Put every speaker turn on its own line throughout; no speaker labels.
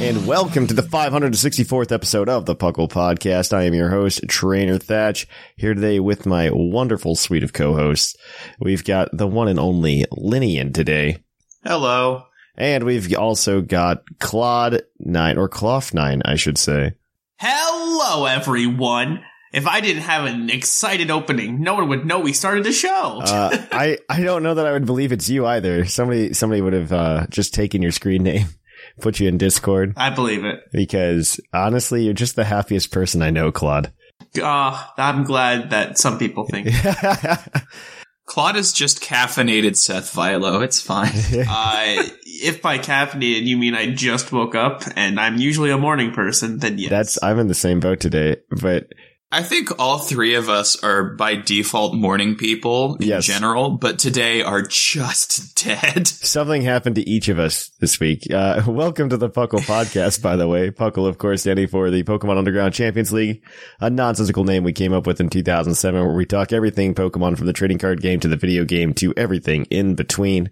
And welcome to the 564th episode of the Puckle Podcast. I am your host, Trainer Thatch, here today with my wonderful suite of co-hosts. We've got the one and only Linian today.
Hello.
And we've also got Claude 9, or Cloth 9, I should say.
Hello, everyone. If I didn't have an excited opening, no one would know we started the show.
Uh, I, I don't know that I would believe it's you either. Somebody, somebody would have, uh, just taken your screen name, put you in Discord,
I believe it.
because honestly, you're just the happiest person I know, Claude.
Uh, I'm glad that some people think.
Claude is just caffeinated Seth Vilo. It's fine.
uh, if by caffeinated you mean I just woke up and I'm usually a morning person, then yes.
That's, I'm in the same boat today, but
I think all three of us are by default morning people in
Yes.
general, but today are just dead.
Something happened to each of us this week. Uh, welcome to the Puckle podcast, by the way. Puckle, of course, standing for the Pokemon Underground Champions League, a nonsensical name we came up with in 2007 where we talk everything Pokemon from the trading card game to the video game to everything in between.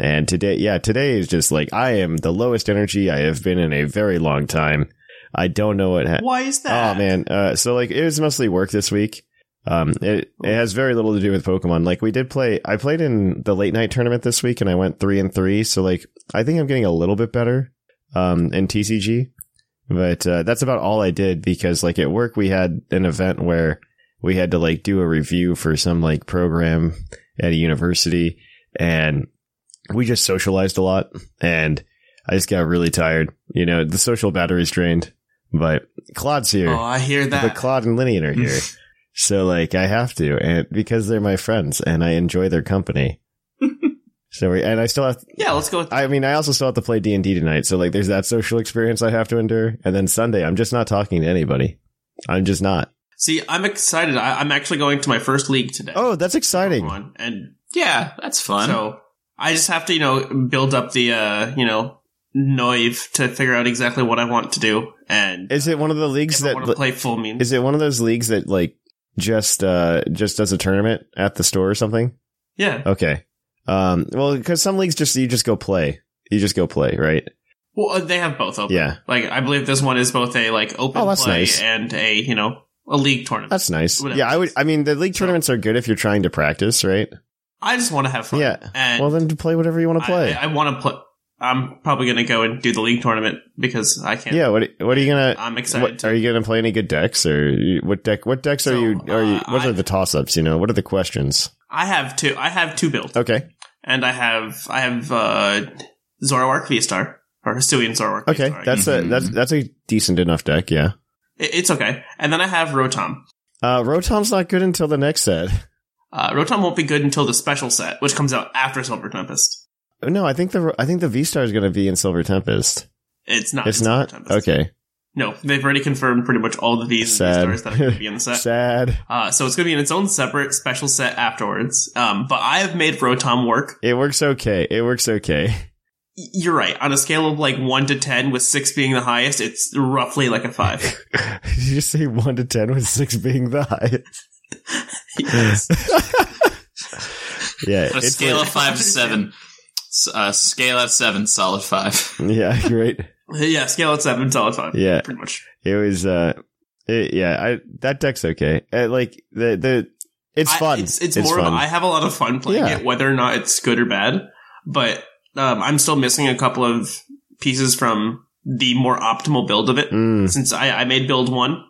And today, yeah, today is just like, I am the lowest energy I have been in a very long time. I don't know what happened.
Why is
Oh
that?
man, uh, so like it was mostly work this week. Um, it it has very little to do with Pokemon. Like we did play, I played in the late night tournament this week, and I went three and three. So like I think I'm getting a little bit better. Um, in TCG, but uh, that's about all I did because like at work we had an event where we had to like do a review for some like program at a university, and we just socialized a lot, and I just got really tired. You know, the social battery's drained, but Claude's here.
Oh, I hear
But
that.
Claude and Lillian are here. so like I have to and because they're my friends and I enjoy their company. so we, and I still have
yeah, let's go with
I mean I also still have to play D&D tonight. So like there's that social experience I have to endure and then Sunday I'm just not talking to anybody. I'm just not.
See, I'm excited. I- I'm actually going to my first league today.
Oh, that's exciting.
Pokemon. And
Yeah, that's fun.
So I just have to, you know, build up the, uh, you know, noive to figure out exactly what I want to do. And
Is it one of the leagues
if I
that
want to play full moon.
Is it one of those leagues that like just uh just does a tournament at the store or something?
yeah.
Okay. Um well cuz some leagues just you just go play. You just go play, right?
Well, uh, they have both open.
Yeah.
Like, I believe this one is both a, like, open
Oh, that's
play
nice.
and a, you know, a league tournament.
That's nice.
Whatever.
Yeah, I would. I mean, the league tournaments are good if you're trying to practice, right?
I just want to have fun.
Yeah.
And
well, then play whatever you want to
I-
play.
I, I want to play. I'm probably going to go and do the league tournament because I can't.
yeah. What What are you gonna?
I'm excited.
What,
to.
are you gonna play any good decks or you- what deck? What decks are
So,
you? Are you?
uh,
What
I-
are the toss ups? You know, what are the questions?
I have two. I have two builds.
Okay.
and I have I have uh Zoroark V Star or Hisuian Zoroark.
Okay.
V-Star.
That's a
Mhm.
that's that's a decent enough deck. Yeah.
It- it's okay. And then I have Rotom.
Uh, Rotom's not good until the next set.
Uh, Rotom won't be good until the special set, which comes out after Silver Tempest.
No, I think the I think the V Star is gonna be in Silver Tempest.
It's not.
It's
in Silver
not
Tempest.
okay.
No, they've already confirmed pretty much all the V's and V
Sad.
stars that are going to be in the set.
Sad.
Uh, so it's going to be in its own separate special set afterwards. Um, but I have made Rotom work.
It works okay. It works okay.
Y- You're right. On a scale of like one to ten, with six being the highest, it's roughly like a five.
Did you say one to ten with six being the highest?
Yes.
Yeah,
a
it's
scale
like-
of five to seven. S- Uh, scale of seven, solid five.
like- yeah, right.
yeah, scale at seven, solid five.
Yeah.
pretty much.
It was uh, it, yeah, I that deck's okay. Uh, like the the, it's
I-
fun.
It's, it's more
fun.
of I have a lot of fun playing
Yeah.
it, whether or not it's good or bad. But um, I'm still missing a couple of pieces from the more optimal build of it.
Mm,
Since I, I made build one,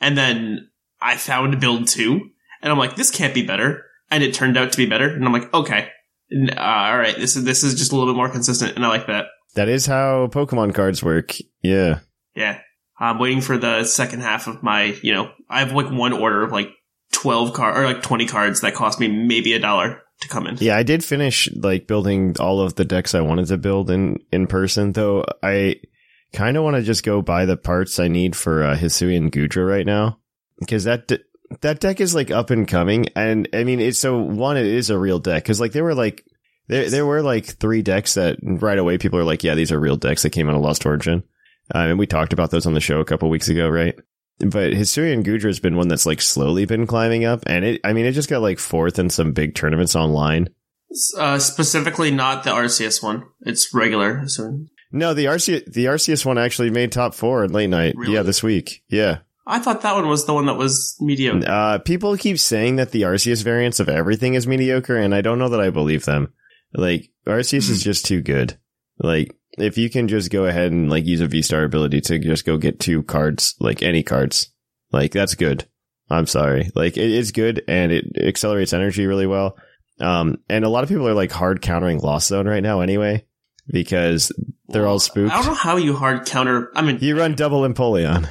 and then I found build two, and I'm like, this can't be better. And it turned out to be better, and I'm like, okay, N- uh, all right, this is this is just a little bit more consistent, and I like that.
that is how Pokemon cards work. Yeah,
Yeah, I'm waiting for the second half of my, you know, I have like one order of like twelve card or like twenty cards that cost me maybe a dollar to come in.
yeah. I did finish like building all of the decks I wanted to build in in person, though. I kind of want to just go buy the parts I need for uh, Hisui and Gudra right now because that de- that deck is like up and coming, and I mean it's so one it is a real deck because like there were like there there were like three decks that right away people are like yeah these are real decks that came out of Lost Origin, um, and we talked about those on the show a couple weeks ago, right? But Hisui and Gudra has been one that's like slowly been climbing up, and it I mean it just got like fourth in some big tournaments online.
Uh, specifically, not the RCS one. It's regular. So
No, the RC the RCS one actually made top four in late night.
Really?
Yeah, this week. Yeah.
I thought that one was the one that was mediocre.
Uh, people keep saying that the Arceus variants of everything is mediocre, and I don't know that I believe them. Like Arceus
Hmm.
is just too good. Like if you can just go ahead and like use a V Star ability to just go get two cards, like any cards, like that's good. I'm sorry, like it is good and it accelerates energy really well. Um, and a lot of people are like hard countering Lost Zone right now anyway because they're all spooked.
I don't know how you hard counter. I mean,
You run double Empoleon.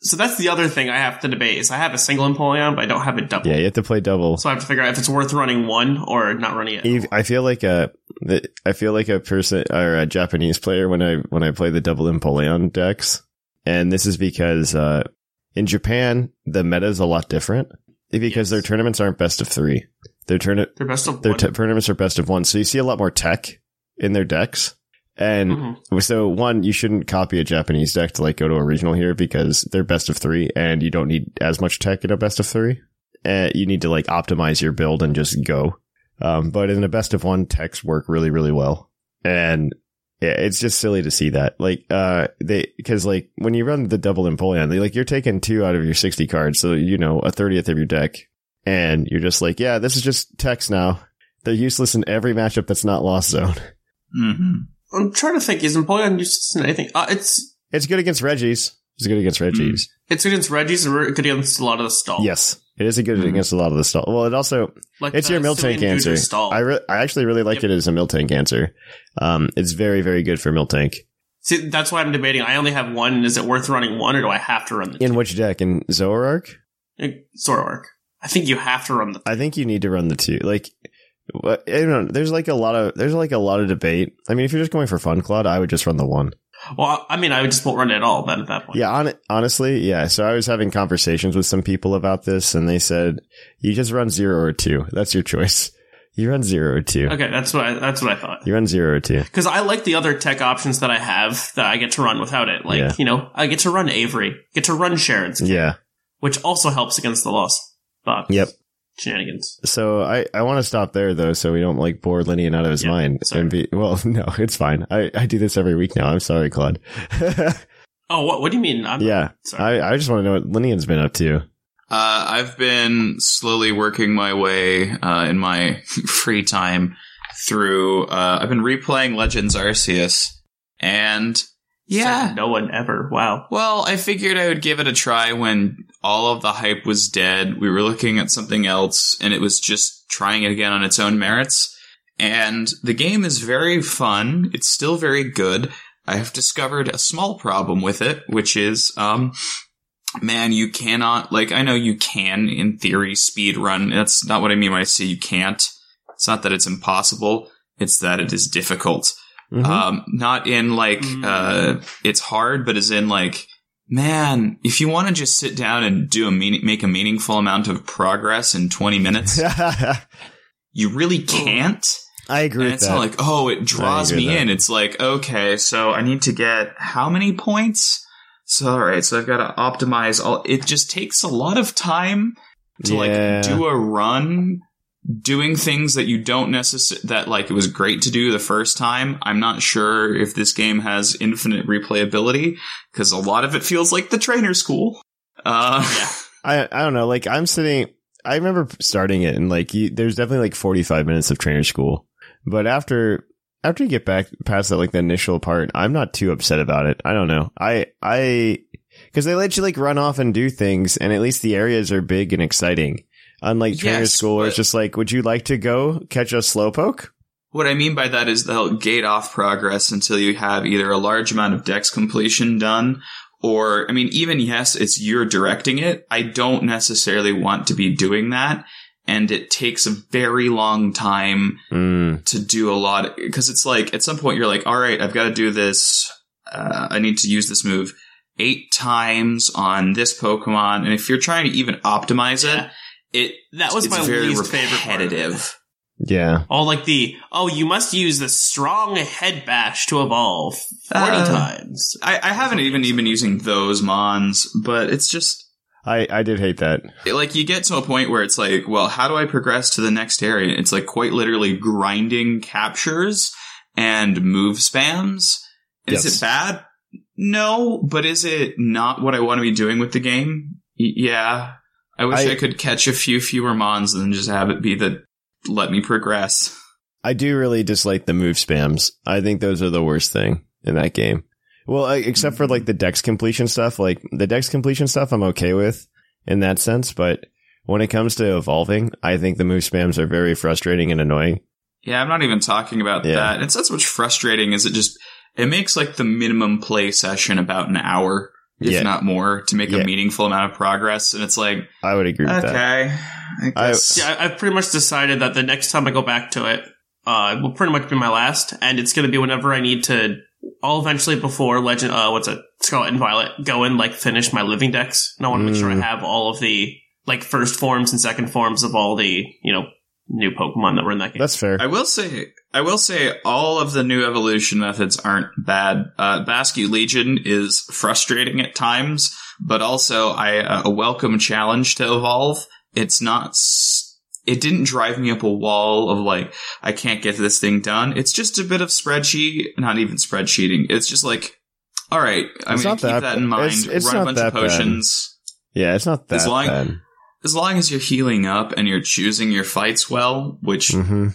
so that's the other thing I have to debate is I have a single Empoleon, but I don't have a double.
Yeah, you have to play double.
So I have to figure out if it's worth running one or not running it.
Eve, I feel like a, the- I feel like a person or a Japanese player when I when I play the double Empoleon decks, and this is because uh, in Japan the meta is a lot different because
Yes.
their tournaments aren't best of three. Their turn
They're best of
their
one.
t- tournaments are best of one, so you see a lot more tech in their decks. And
Mhm.
so, one, you shouldn't copy a Japanese deck to like go to a regional here because they're best of three, and you don't need as much tech in a best of three. Uh, you need to like optimize your build and just go. Um, but in a best of one, techs work really, really well, and yeah, it's just silly to see that. Like, uh, they because like when you run the double Empoleon, they like you're taking two out of your sixty cards, so you know a thirtieth of your deck, and you're just like, yeah, this is just text now. They're useless in every matchup that's not Lost Zone.
Mm-hmm.
I'm trying to think. Is Empoleon useless in anything? Uh, it's
It's good against Reggie's. It's good against Reggie's.
it's against Reggie's and we're good against a lot of the stall.
Yes, it is a good
Hmm.
Mhm.
against a lot of the stall. Well, it also
Like
it's
the
your mill
Cillian
tank
Duder
answer.
Stall.
I re- I actually really like
Yep.
it as a mill tank answer. Um, it's very very good for mill tank.
See, that's why I'm debating. I only have one. Is it worth running one, or do I have to run the
In which deck? In Zoroark?
two? Zoroark? I think you have to run the.
I think you need to run the two. Like, wha- I don't know. There's like a lot of there's like a lot of debate. I mean, if you're just going for fun, Claude, I would just run the one.
Well, I mean, I just won't run it at all. Then at that point,
Yeah, on, honestly, yeah. So I was having conversations with some people about this, and they said, "You just run zero or two. That's your choice. You run zero or two.
Okay, that's what I, that's what I thought.
You run zero or two.
Because I like the other tech options that I have that I get to run without it. Like
Yeah.
you know, I get to run Avery, get to run Sharon's,
Yeah.
which also helps against the loss. But
Yep.
shenanigans.
So I I want to stop there though, so we don't like bore Linian out of his
Yeah,
mind
sorry.
and be well. No, it's fine. I I do this every week now. I'm sorry, Claude.
Oh, what what do you mean? I'm
yeah.
sorry.
I I just want to know what Linian's been up to.
Uh, I've been slowly working my way uh, in my free time through. Uh, I've been replaying Legends Arceus, and yeah,
Said no one ever. Wow.
well, I figured I would give it a try when all of the hype was dead. We were looking at something else, and it was just trying it again on its own merits. And the game is very fun. It's still very good. I have discovered a small problem with it, which is, um, man, you cannot, like, I know you can, in theory, speed run. That's not what I mean when I say you can't. It's not that it's impossible. It's that it is difficult.
Mhm.
Um, not in like
Mm.
uh, it's hard, but as in like, man, if you want to just sit down and do a meaning, make a meaningful amount of progress in twenty minutes,
Uh,
you really can't.
I agree
And
with
it's
that.
not like oh, it draws
agree
me
with that.
in. It's like okay, so I need to get how many points? So all right, so I've got to optimize all. It just takes a lot of time to
Yeah.
like do a run doing things that you don't necessarily that like it was great to do the first time i'm not sure if this game has infinite replayability because a lot of it feels like the trainer school uh
I I don't know. Like I'm sitting. I remember starting it, and like you, there's definitely like 45 minutes of trainer school, but after after you get back past that like the initial part, I'm not too upset about it. I don't know. I I because they let you like run off and do things, and at least the areas are big and exciting. Unlike trainer
Yes,
school, where it's
but-
just like, would you like to go catch a slowpoke?
What I mean by that is they'll gate off progress until you have either a large amount of dex completion done, or, I mean, even yes, it's you're directing it. I don't necessarily want to be doing that. And it takes a very long time
Mm,
to do a lot because it's like at some point you're like, all right, I've got to do this. uh, I need to use this move eight times on this Pokemon, and if you're trying to even optimize
Yeah.
it, it
That was
it's
my
very
least favorite part of it.
repetitive.
Yeah.
Oh, like the oh, you must use the strong head bash to evolve forty
Uh,
times.
I, I haven't even even using those mons, but it's just
I, I did hate that.
it- like you get to a point where it's like, well, how do I progress to the next area? It's like quite literally grinding captures and move spams. Is
Yes.
it bad? No, but is it not what I want to be doing with the game? Y- yeah. I wish I,
I-
could catch a few fewer mons and just have it be the let me progress.
I do really dislike the move spams. I think those are the worst thing in that game. Well, I, except for like the dex completion stuff, like the dex completion stuff, I'm okay with in that sense. But when it comes to evolving, I think the move spams are very frustrating and annoying.
Yeah, I'm not even talking about
Yeah.
that. It's not so much frustrating as it just it makes like the minimum play session about an hour, if
Yeah.
not more, to make
Yeah.
a meaningful amount of progress. And it's like,
I would agree with that.
okay, I
I-
guess.
Yeah, I- I've pretty much decided that the next time I go back to it, uh, it will pretty much be my last, and it's going to be whenever I need to. I'll eventually before Legend, uh, what's it, Scarlet and Violet, go and like finish my living decks, and I want to make sure I
Mm.
have all of the like first forms and second forms of all the you know new Pokemon that were in that game.
That's fair.
I will say, I will say, all of the new evolution methods aren't bad. Uh, Bascu Legion is frustrating at times, but also I uh, a welcome challenge to evolve. It's not. s- It didn't drive me up a wall of like I can't get this thing done. It's just a bit of spreadsheet, not even spreadsheeting. It's just like, all right, I'm
It's
gonna
not
keep
that-
that, in mind.
it's- it's
run a
not
bunch of
that bad.
potions.
yeah, it's not that
As long-
bad.
As long as you're healing up and you're choosing your fights well, which
hmm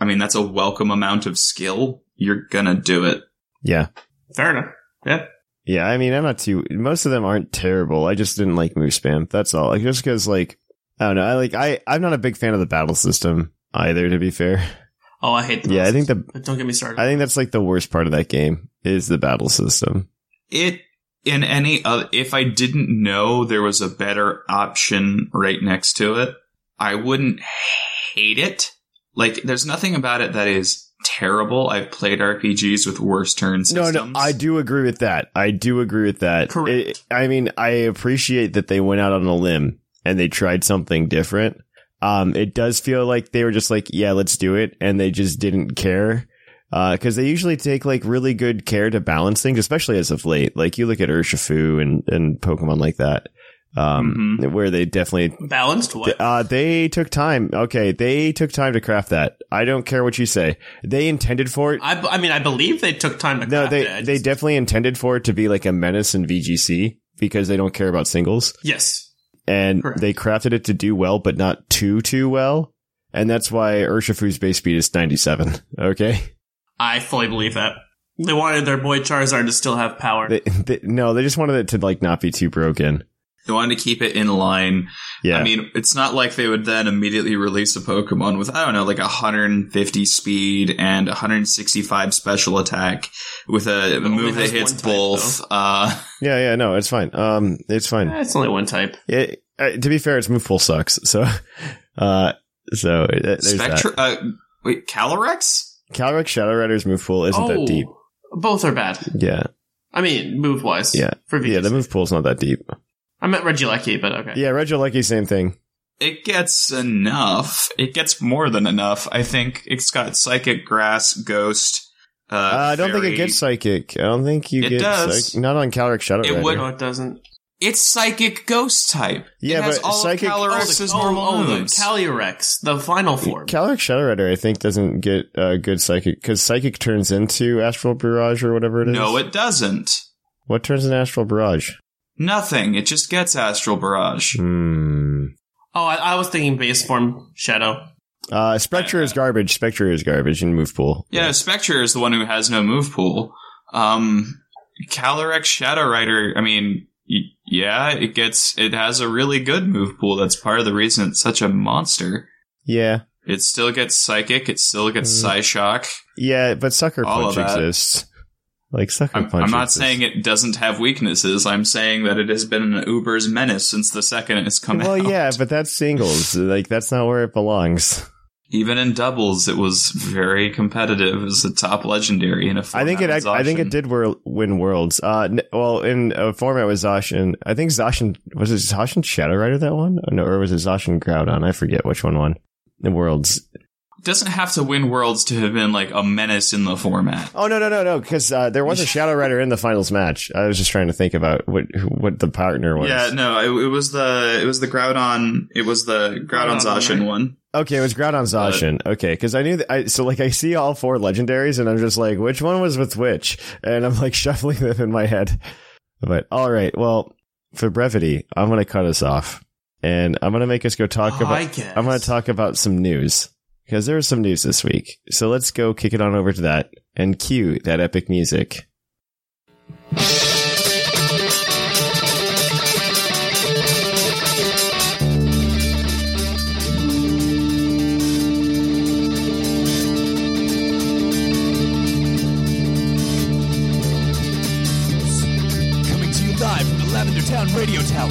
I mean, that's a welcome amount of skill. You're gonna do it.
Yeah.
Fair enough.
Yeah, I mean, I'm not too. Most of them aren't terrible. I just didn't like move spam. That's all. Like, just because, like, I don't know. I like. I I'm not a big fan of the battle system either. To be fair,
Oh, I hate. The
yeah, I think the
Don't get me started.
I think that's like the worst part of that game is the battle system.
It in any other. If I didn't know there was a better option right next to it, I wouldn't hate it. Like, there's nothing about it that is terrible. I've played RPGs with worse turn systems.
No, no, I do agree with that. I do agree with that.
Correct.
It- I mean, I appreciate that they went out on a limb and they tried something different. Um, it does feel like they were just like, yeah, let's do it, and they just didn't care. Because they usually take like really good care to balance things, especially as of late. Like you look at Urshifu and and Pokemon like that, um, where they definitely
balanced. What?
uh, they took time. Okay, they took time to craft that. I don't care what you say. They intended for it.
I, I mean, I believe they took time to.
No,
craft
they
it. I
they
just-
definitely intended for it to be like a menace in VGC because they don't care about singles,
Yes.
and
Correct.
they crafted it to do well, but not too too well, and that's why Urshifu's base speed is ninety seven. Okay,
I fully believe that. They wanted their boy Charizard to still have power.
they, they, no, they just wanted it to like not be too broken.
They wanted to keep it in line.
Yeah,
I mean, it's not like they would then immediately release a Pokemon with, I don't know, like 150 speed and 165 special attack with a, a
only
move that
has
hits
one type,
both. Uh,
yeah, yeah. No, it's fine. Um, it's fine.
Eh, it's only one type.
It, uh, to be fair, its move pool sucks. So, uh, so uh, there's
Spectra. Uh, wait, Calyrex?
that. Calyrex Shadow Rider's move pool isn't
Oh.
that deep.
Oh, Both are bad.
Yeah,
I mean, move wise.
Yeah.
For
yeah.
VGC.
The move pool's not that deep.
I meant Regieleki, but okay.
Yeah, Regieleki, same thing.
It gets enough. It gets more than enough. I think it's got Psychic, Grass, Ghost. Uh,
Uh, I don't think
Fairy.
it gets psychic. I don't think you
It
get
does.
psych- not on Calric Shadow.
It
Rider.
would-
No, it doesn't.
It's Psychic Ghost type.
Yeah,
it has
but
all
Psychic-
Of Calyrex's
oh,
normal
oh, the
moves.
Calyrex, the final form.
Calric Shadow Rider, I think, doesn't get uh, good psychic because psychic turns into Astral Barrage or whatever it is.
no, it doesn't.
What turns into Astral Barrage?
Nothing. It just gets Astral Barrage.
Hmm.
oh, I, I was thinking base form Shadow.
Uh, Spectre is garbage. Spectre is garbage in move pool.
Yeah, Spectre is the one who has no move pool. Um, Calyrex Shadow Rider, I mean, y- yeah, it gets, it has a really good move pool. That's part of the reason it's such a monster.
Yeah.
It still gets Psychic, it still gets
Mm.
Psyshock.
Yeah, but Sucker
All
Punch
of that.
exists. Like Sucker
I'm,
Punch.
I'm not
exists.
saying it doesn't have weaknesses. I'm saying that it has been an Uber's menace since the second it's come
Well,
out.
yeah, but that's singles. like that's not where it belongs.
Even in doubles, it was very competitive. It was a top legendary in a
I think it.
format
ac- I think
exhaustion.
it did wor- win worlds. Uh, n- well, in a format with Zacian, I think Zacian was it Zacian Shadowrider that one, or, no, or was it Zacian Groudon? I forget which one won the worlds.
Doesn't have to win worlds to have been like a menace in the format.
Oh no no no no, because uh, there was a Shadowrider in the finals match. I was just trying to think about what who- what the partner was.
Yeah, no, it, it was the it was the Groudon. It was the
Groudon,
Groudon Zacian
right.
one.
Okay, it was Groudon Zacian. okay, because I knew that I so like I see all four legendaries and I'm just like, which one was with which? And I'm like shuffling them in my head. But all right, well, for brevity, I'm gonna cut us off. And I'm gonna make us go talk about
Oh, I guess.
I'm gonna talk about some news. Because there was some news this week. So let's go kick it on over to that and cue that epic music.
Coming to you live from the Lavender Town Radio Tower.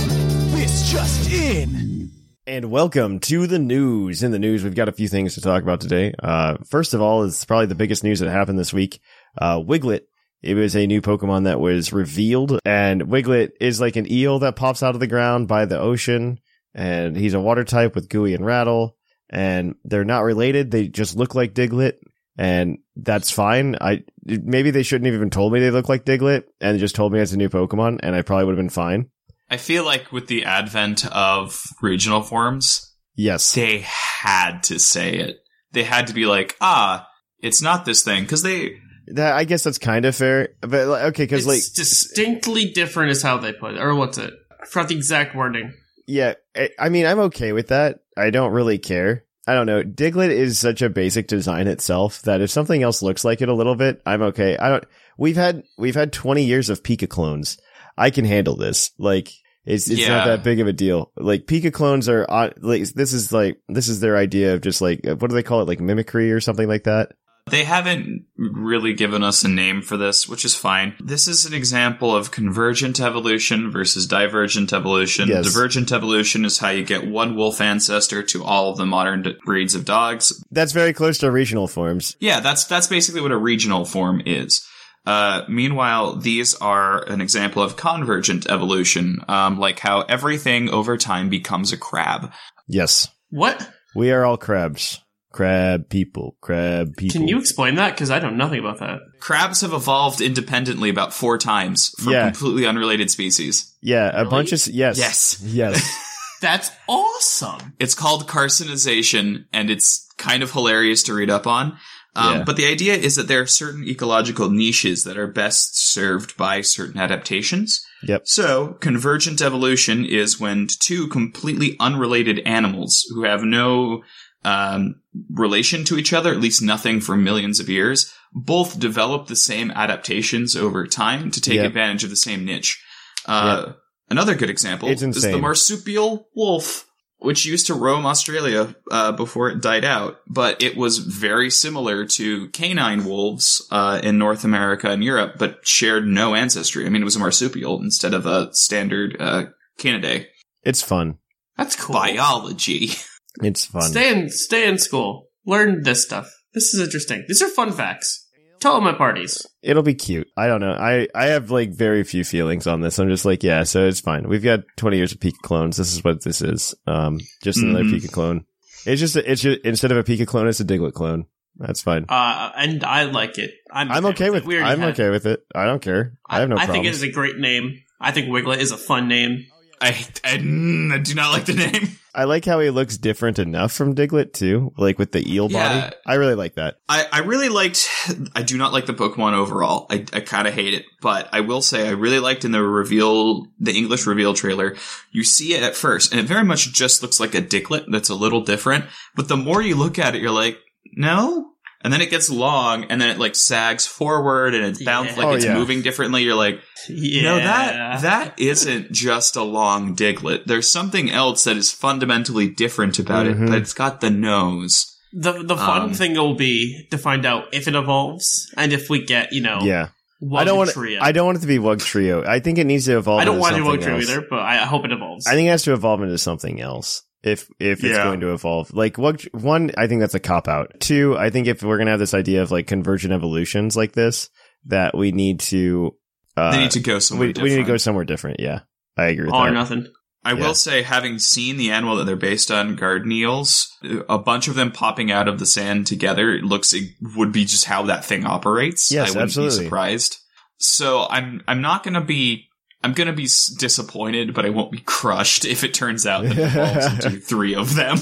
This just in.
And welcome to the news. In the news, we've got a few things to talk about today. Uh, first of all, it's probably the biggest news that happened this week. Uh, Wiglet. It was a new Pokemon that was revealed, and Wiglet is like an eel that pops out of the ground by the ocean, and he's a water type with Gooey and Rattle, and they're not related. They just look like Diglett, and that's fine. I maybe they shouldn't have even told me they look like Diglett, and just told me it's a new Pokemon, and I probably would have been fine.
I feel like with the advent of regional forms,
Yes.
they had to say it. They had to be like, ah, it's not this thing because they
That I guess that's kind of fair, but like, okay, because
It's
like
distinctly different is how they put it. Or what's it? I forgot the exact wording.
yeah, I, I mean I'm okay with that. I don't really care. I don't know. Diglett is such a basic design itself that if something else looks like it a little bit, I'm okay. I don't. We've had we've had 20 years of Pika clones. I can handle this. Like it's it's
Yeah.
not that big of a deal. Like Pika clones are on- like this is like this is their idea of just like uh, what do they call it like mimicry or something like that.
They haven't really given us a name for this, which is fine. This is an example of convergent evolution versus divergent evolution.
Yes.
Divergent evolution is how you get one wolf ancestor to all of the modern d- breeds of dogs.
That's very close to regional forms.
Yeah, that's that's basically what a regional form is. Uh, meanwhile, these are an example of convergent evolution, um, like how everything over time becomes a crab.
Yes,
What?
we are all crabs. Crab people. Crab people.
Can you explain that? Because I know nothing about that.
Crabs have evolved independently about four times from
Yeah.
completely unrelated species.
Yeah, a
Really?
bunch of s- yes,
Yes.
yes.
That's awesome.
It's called carcinization, and it's kind of hilarious to read up on. Um,
Yeah.
But the idea is that there are certain ecological niches that are best served by certain adaptations.
Yep.
So, convergent evolution is when two completely unrelated animals who have no um, relation to each other, at least nothing for millions of years, both develop the same adaptations over time to take
Yep.
advantage of the same niche. Uh, Another good example
It's
is the
insane.
marsupial wolf, which used to roam Australia uh, before it died out, but it was very similar to canine wolves uh, in North America and Europe, but shared no ancestry. I mean, it was a marsupial instead of a standard uh, canidae.
it's fun.
That's cool.
Biology.
It's fun.
Stay in stay in school. Learn this stuff. This is interesting. These are fun facts. Tell them at parties.
It'll be cute. I don't know. I I have like very few feelings on this. I'm just like, yeah, so it's fine. We've got 20 years of Pika clones. This is what this is. Um, just another
Mm-hmm.
Mhm.
Pika clone. It's just a, it's just, instead of a Pika clone, it's a Diglett clone. That's fine.
Uh, and I like it. I'm,
I'm okay with
it. We already
I'm
had-
okay with it. I don't care. I have no
I
problem.
think it is a great name. I think Wiglet is a fun name.
I, I, mm, I do not like the name.
I like how he looks different enough from Diglett too, like with the eel
Yeah.
body. I really like that.
I, I really liked. I do not like the Pokemon overall. I, I kind of hate it, but I will say I really liked in the reveal, the English reveal trailer. You see it at first, and it very much just looks like a Diglett that's a little different. But the more you look at it, you're like, no. And then it gets long, and then it like sags forward, and it's bounced
Yeah.
like
Oh,
it's
yeah.
moving differently. You're like,
Yeah.
no, that that isn't just a long Diglett. There's something else that is fundamentally different about
Mhm.
it. But it's got the nose.
the the fun
Um,
thing will be to find out if it evolves and if we get you know
Yeah. I
Wugtrio.
don't want it, I don't want it to be Wug Trio. I think it needs to evolve.
I don't
into
want to do
something
Wugtrio
else.
either, but I I hope it evolves.
I think it has to evolve into something else. if if it's
Yeah.
going to evolve. Like what one, I think that's a cop out. Two, I think if we're gonna have this idea of like convergent evolutions like this, that we need to uh,
they need to go somewhere.
we, we need to go
different. Oh,
somewhere different. Yeah, I agree. With
All or
that.
nothing.
I
yeah.
will say, having seen the animal that they're based on, Gardneels, a bunch of them popping out of the sand together it looks it would be just how that thing operates.
Yes,
I wouldn't
absolutely.
be surprised. So I'm I'm not gonna be I'm gonna be s- disappointed, but I won't be crushed if it turns out that it evolves into three of them.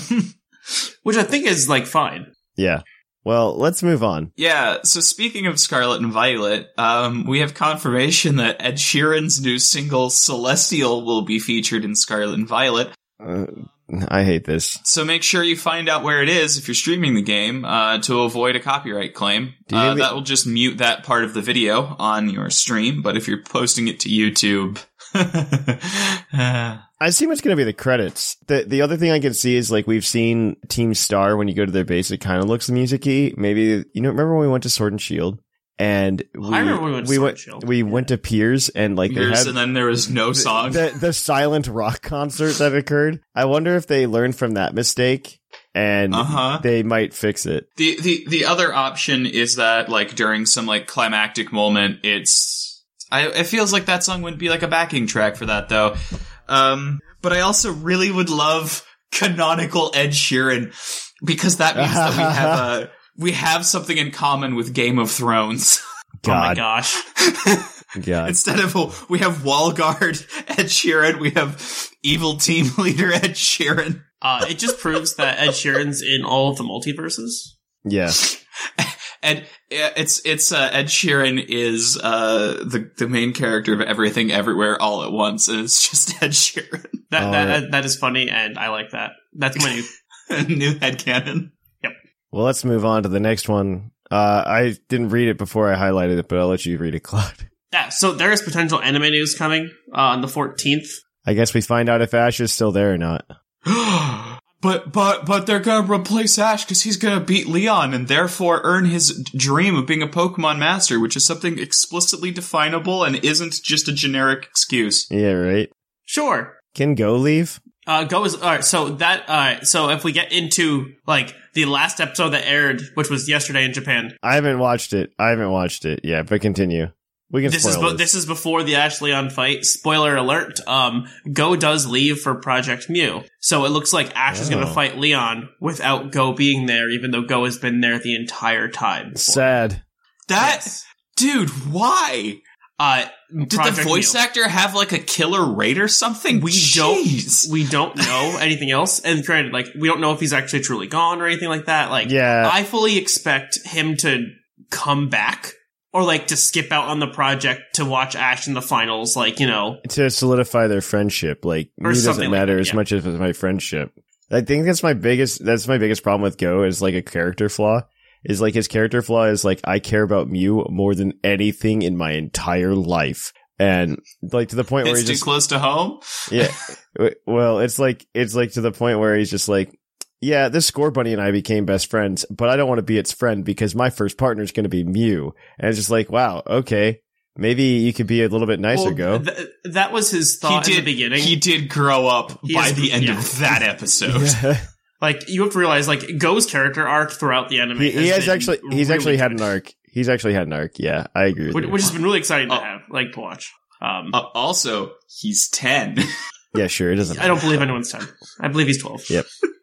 Which I think is like fine.
Yeah. Well, let's move on.
Yeah, so speaking of Scarlet and Violet, um, we have confirmation that Ed Sheeran's new single Celestial will be featured in Scarlet and Violet.
Uh, I hate this.
So make sure you find out where it is if you're streaming the game uh, to avoid a copyright claim.
Do you
Uh,
think-
that will just mute that part of the video on your stream, but if you're posting it to YouTube.
I assume it's going to be the credits. The the other thing I can see is like we've seen Team Star when you go to their base, it kind of looks musicy. Maybe you know. Remember when we went to Sword and Shield, and we
remember we went to Sword and Shield.
we went to Piers, and like they
Years
had
and then there was no song.
the the silent rock concert that occurred. I wonder if they learned from that mistake and
Uh-huh.
they might fix it.
The the the other option is that like during some like climactic moment, it's I it feels like that song would be like a backing track for that though. Um, but I also really would love canonical Ed Sheeran because that means that we have a we have something in common with Game of Thrones.
Oh my
God,
gosh.
God.
Instead of a- we have Wall Guard Ed Sheeran, we have Evil Team Leader Ed Sheeran.
Uh, it just proves that Ed Sheeran's in all of the multiverses.
yeah.
Ed, it's it's uh, Ed Sheeran is uh, the the main character of everything, everywhere, all at once, and it's just Ed Sheeran,
That
All
that,
right.
that that is funny, and I like that. That's my new.
new headcanon.
Well, let's move on to the next one. Uh, I didn't read it before I highlighted it, but I'll let you read it, Claude.
yeah. So there is potential anime news coming uh, on the fourteenth.
I guess we find out if Ash is still there or not.
but but but they're gonna replace Ash because he's gonna beat Leon and therefore earn his d- dream of being a Pokemon master, which is something explicitly definable and isn't just a generic excuse.
Yeah, right.
Sure.
Can go leave?
Uh, go is all right. So that all right. So if we get into like the last episode that aired, which was yesterday in Japan,
I haven't watched it. I haven't watched it. Yeah, but continue. We can
this is
spoil
bo- this is before the Ash Leon fight. Spoiler alert. Um, Go does leave for Project Mew, so it looks like Ash is going
Oh.
to fight Leon without Go being there, even though Go has been there the entire time.
Sad.
That dude, why
Uh,
did the
Project
voice
Mew.
actor have like a killer rate or something?
We
Jeez.
don't we don't know anything else, and granted, like we don't know if he's actually truly gone or anything like that. Like,
Yeah.
I fully expect him to come back or like to skip out on the project to watch Ash in the finals, like, you know.
to solidify their friendship. Like
Or
me doesn't
something like
matter
that,
as
yeah.
much as my friendship. I think that's my biggest that's my biggest problem with Go is like a character flaw. Is like his character flaw is like I care about Mew more than anything in my entire life. And like to the point where
It's
he's
too
just
close to home.
yeah. W- Well, it's like it's like to the point where he's just like, yeah, this score bunny and I became best friends, but I don't want to be its friend because my first partner is going to be Mew. And it's just like, wow, okay, maybe you could be a little bit nicer, Go.
Th- that was his thought in the beginning.
He did grow up
He
by
is-
the end
yeah.
of that episode.
like you have to realize like Go's character arc throughout the anime.
he, he has
been
actually he's
really
actually had
good,
an arc. He's actually had an arc. Yeah, I agree. With
Which,
you.
which has been really exciting
Oh.
to have, like to watch. Um
Uh, also, he's 10.
yeah, sure. It doesn't.
I don't believe anyone's ten. I believe he's twelve.
Yeah.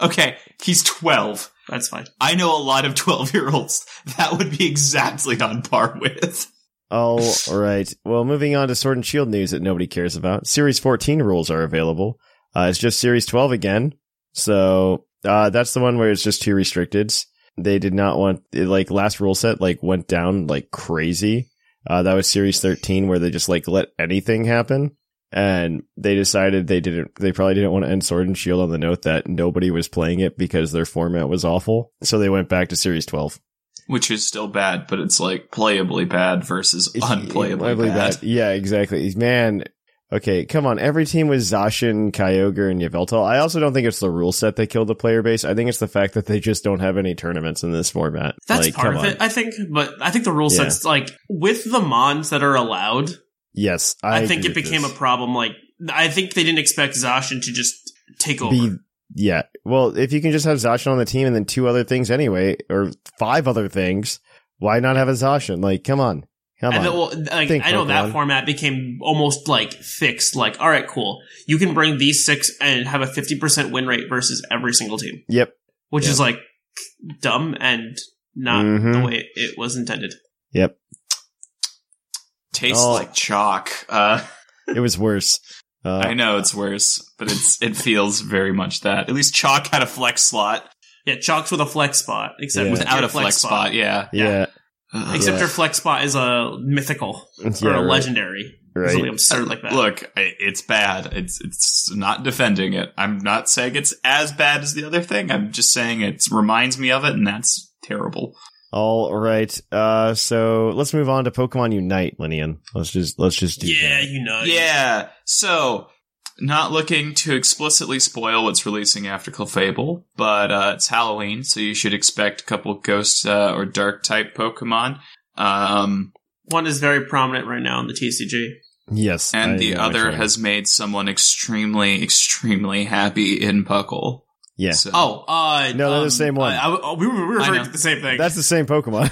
okay, he's 12.
That's fine.
I know a lot of 12 year olds that would be exactly on par with.
All right. Well, moving on to Sword and Shield news that nobody cares about. Series 14 rules are available. Uh, it's just Series 12 again. So uh, that's the one where it's just two restricteds. They did not want it, like last rule set like went down like crazy. Uh, that was Series 13 where they just like let anything happen. And they decided they didn't. They probably didn't want to end Sword and Shield on the note that nobody was playing it because their format was awful. So they went back to Series 12.
Which is still bad, but it's like playably bad versus unplayably
Unplayably
bad.
Yeah, exactly. Man, okay, come on. Every team was Zashin, Kyogre, and Yveltal. I also don't think it's the rule set that killed the player base. I think it's the fact that they just don't have any tournaments in this format.
That's
Like,
part
come
of it,
on.
I think. But I think the rule
Yeah.
sets like with the mons that are allowed,
Yes, I,
I, think it became
a
a problem. Like I think they didn't expect Zashin to just take over.
be yeah. Well, if you can just have Zacian on the team and then two other things anyway, or five other things, why not have a Zacian? Like, come on, come on.
and then, well, like,
Think,
I know that
Pokemon.
format became almost like fixed. Like, all right, cool. You can bring these six and have a 50% win rate versus every single team,
yep.
which
Yeah.
is like dumb and not the
Mhm.
way it, it was intended.
Yep.
Tastes
Oh.
like chalk. Uh,
It was worse. Uh,
I know it's worse, but it's it feels very much that. At least chalk had a flex slot
Yeah, chalks with a flex spot, except
Yeah.
without
your
a flex spot. Yeah.
Yeah.
Ugh.
Except
Yeah.
your flex spot is a mythical
Yeah,
or a
right,
legendary. Or
Right.
Something absurd like that.
Look, I- it's bad. It's it's not defending it. I'm not saying it's as bad as the other thing. I'm just saying it reminds me of it, and that's terrible.
All right. Uh, so let's move on to Pokemon Unite, Linian. Let's just let's just do
yeah,
that.
you know.
Yeah. So, not looking to explicitly spoil what's releasing after Clefable, but uh, it's Halloween, so you should expect a couple ghost uh, or dark type Pokemon. Um,
One is very prominent right now in the TCG.
Yes.
and
I
the
know what you
other
mean.
has made someone extremely, extremely happy in Puckle.
Yeah.
So-
Oh, uh,
No, they're the same one.
I, I- oh, we were we were
I
referring
know.
to the same thing.
That's the same Pokemon.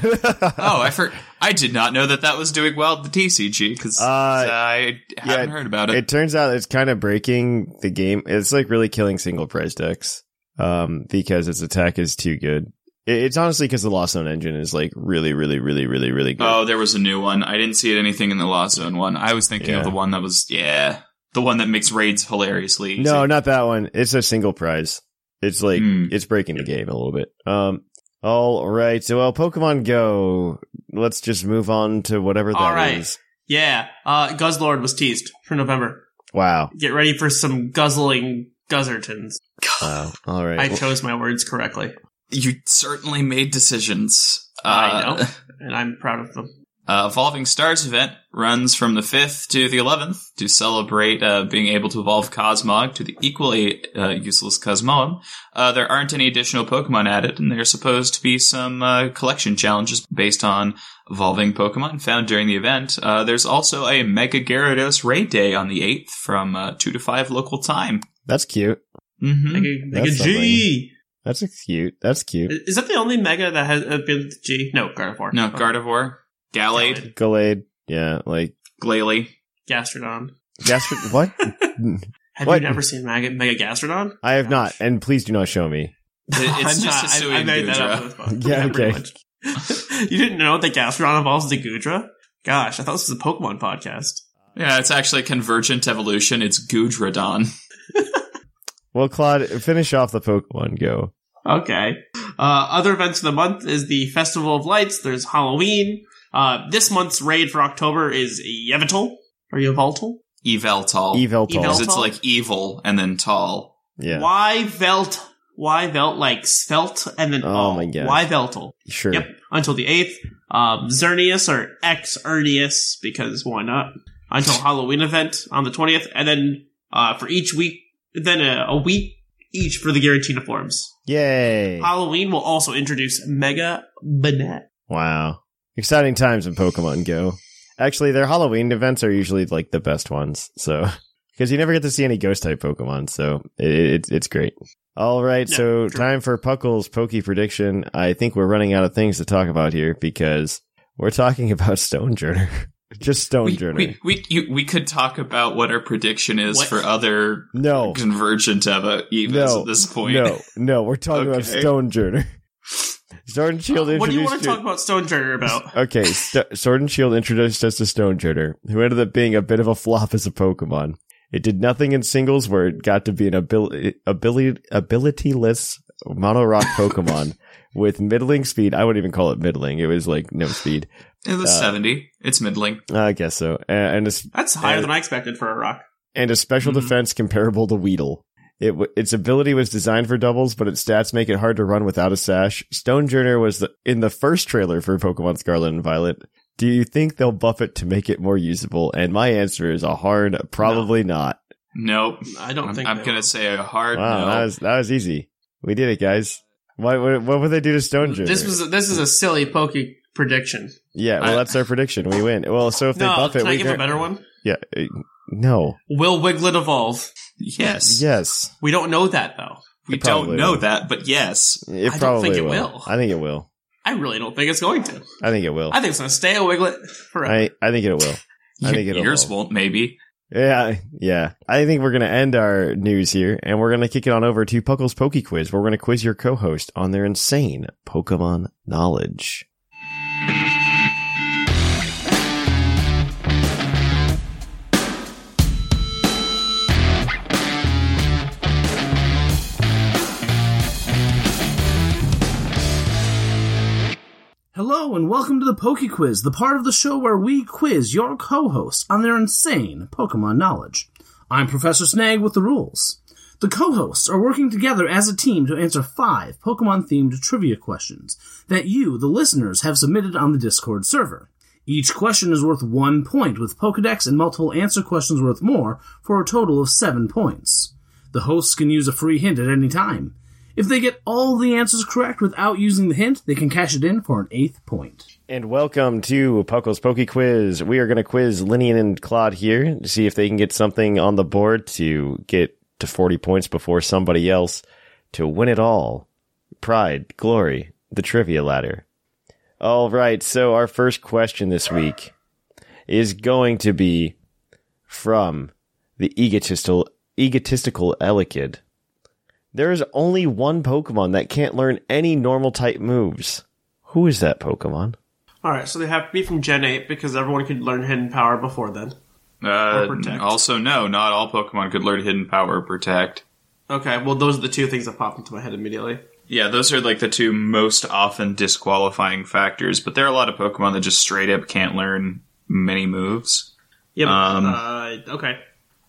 oh, I for- I did not know that that was doing well at the TCG because
Uh,
I
yeah,
haven't heard about it.
it turns out it's kind of breaking the game. It's like really killing single prize decks um, because its attack is too good. It, it's honestly because the Lost Zone engine is like really, really, really, really, really good.
oh, there was a new one. I didn't see it anything in the Lost Zone one. I was thinking
Yeah.
of the one that was yeah, the one that makes raids hilariously. Easy.
no, not that one. It's a single prize. It's like
Hmm.
it's breaking the game a little bit. Um, all right. So, well, Pokemon Go. Let's just move on to whatever that is.
All right. yeah. Uh, Guzzlord was teased for November.
Wow.
Get ready for some guzzling Guzzertons.
Wow. All right.
I chose my words correctly,
you certainly made decisions.
I
Uh,
know. and I'm proud of them.
Uh, Evolving Stars event runs from the 5th to the 11th to celebrate uh, being able to evolve Cosmog to the equally uh, useless Cosmoem. Uh, there aren't any additional Pokemon added, and there's supposed to be some uh, collection challenges based on evolving Pokemon found during the event. Uh, there's also a Mega Gyarados Raid Day on the 8th from uh, 2 to 5 local time.
That's cute.
hmm
Like a, like a
That's
G.
That's a cute. That's cute.
Is that the only Mega that has uh, been with G? No, Gardevoir. Oh,
No, Gardevoir, Gallade,
Gallade. Yeah. Like
Glalie.
Gastrodon.
Gastro. what?
Have
What?
you never seen Mega, Mega Gastrodon?
I have not. And please do not show me.
It- It's
I'm
just a
not- I, I
Suing
made that up
Gudra.
on the spot.
Yeah,
pretty
okay.
much. you didn't know that Gastrodon evolves into Gudra? Gosh, I thought this was a Pokemon podcast.
Yeah, it's actually Convergent Evolution. It's Gudradon.
Well, Claude, finish off the Pokemon Go.
Okay. Uh, other events of the month is the Festival of Lights. There's Halloween. Uh, this month's raid for October is Yevitol or Yveltal. Oh,
Eveltal.
Eveltal.
Because it's like evil and then tall.
Yeah.
Why Velt? Why Velt like Svelt and then
Oh
all?
my God.
Why Veltal?
Sure.
Yep. Until the eighth. Um, Xerneas or X Erneas because why not? Until Halloween event on the twentieth, and then uh, for each week, then a, a week each for the Giratina forms.
Yay.
Halloween will also introduce Mega Banette.
Wow. Exciting times in Pokemon Go. Actually, their Halloween events are usually like the best ones. So, because you never get to see any ghost type Pokemon. So, it, it, it's great. All right.
Yeah,
so,
true.
time for Puckle's Pokey prediction. I think we're running out of things to talk about here because we're talking about Stonejourner. Just
We,
Stonejourner.
we, we, you, we could talk about what our prediction is
What?
for other
no.
Convergent Eva Evas
No.
at this point.
No. No. We're talking about
Okay.
Stonejourner. Sword and Shield
What do you
introduced
want to talk about Stonejourner about?
Okay, St- Sword and Shield introduced us to Stonejourner, who ended up being a bit of a flop as a Pokemon. It did nothing in singles where it got to be an abil- ability abilityless mono rock Pokemon with middling speed. I wouldn't even call it middling. It was like no speed.
It was
Uh,
70. It's middling.
I guess so. A- And a, s-
That's higher than I expected for a rock.
and a special
Mm-hmm.
Mhm.
defense comparable to Weedle. It w- its ability was designed for doubles, but its stats make it hard to run without a sash. Stonejourner was the, in the first trailer for Pokemon Scarlet and Violet. Do you think they'll buff it to make it more usable? And my answer is a hard, probably not.
Nope.
I don't
I'm,
think
I'm
they
going to
will.
say a hard
Wow,
no.
that was that was easy. We did it, guys. What what, what would they do to Stonejourner?
This was this is a silly pokey prediction.
yeah. Well,
I-
that's our prediction. We win. Well, so if they
no,
buff it,
can I
we
give a
gar-
better one?
Yeah. uh, No.
Will Wiglet evolve?
yes.
Yes.
We don't know that though.
We
It probably
don't know
will.
that, but yes,
It
I don't
probably
think it
will.
will.
I think it will.
I really don't think it's going to.
I think it will.
I think it's going to stay a wiglet forever.
I, I think it will. I think it'll
yours
evolve.
won't. Maybe
Yeah, yeah. I think we're going to end our news here and we're going to kick it on over to Puckle's Poke Quiz, where we're going to quiz your co host on their insane Pokemon knowledge.
Hello and welcome to the Poke Quiz, the part of the show where we quiz your co-hosts on their insane Pokemon knowledge. I'm Professor Snag with the rules. The co-hosts are working together as a team to answer five Pokemon-themed trivia questions that you, the listeners, have submitted on the Discord server. Each question is worth one point, with Pokedex and multiple answer questions worth more, for a total of seven points. The hosts can use a free hint at any time. If they get all the answers correct without using the hint, they can cash it in for an eighth point.
And welcome to Puckle's Poke Quiz. We are going to quiz Linian and Claude here to see if they can get something on the board to get to 40 points before somebody else to win it all. Pride, glory, the trivia ladder. All right, so our first question this week is going to be from the egotistical, egotistical Elekid. There is only one Pokemon that can't learn any normal type moves. Who is that Pokemon?
All right, so they have to be from Gen 8 because everyone could learn Hidden Power before then.
Uh,
protect.
also, no. Not all Pokemon could learn Hidden Power or Protect.
Okay, well, those are the two things that popped into my head immediately.
Yeah, those are like the two most often disqualifying factors. But there are a lot of Pokemon that just straight up can't learn many moves.
Yeah, but,
Um,
uh, okay.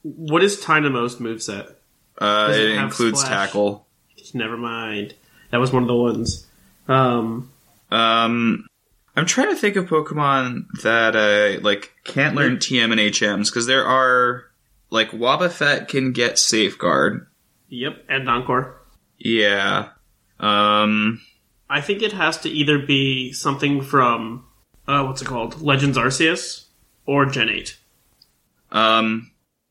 What is Dynamo's moveset?
Uh,
Does
it
it have
includes
Splash?
Tackle.
Never mind. That was one of the ones. Um,
Um, I'm trying to think of Pokemon that uh, like can't learn TM and HMs because there are like Wobbuffet can get Safeguard.
yep, and Encore.
Yeah. Um.
I think it has to either be something from, uh, what's it called? Legends Arceus or Gen 8.
Um.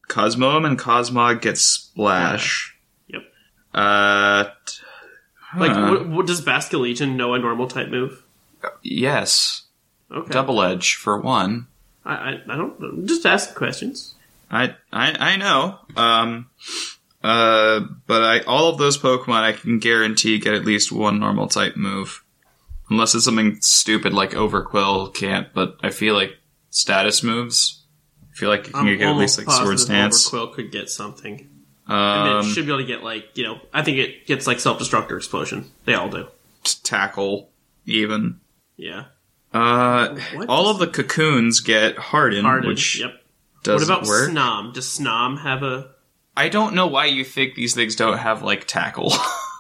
Cosmoem and Cosmog get Splash.
Yep.
Uh. t-
Like,
huh.
what, what does Basculegion know a normal type move?
yes.
Okay.
Double Edge for one.
I, I, I don't. Just ask questions.
I I I know. Um. Uh. But I all of those Pokemon I can guarantee get at least one normal type move, unless it's something stupid like Overquill can't. But I feel like status moves. I feel like you can get at least like Sword Stance.
Quill could get something. I mean,
Um.
it should be able to get like you know. I think it gets like self destruct or explosion. They all do.
tackle even.
Yeah.
Uh,
What
all
does-
of the cocoons get hardened,
Harden.
which
yep. What
doesn't
about
work.
Snom? Does Snom have a?
I don't know why you think these things don't have like tackle,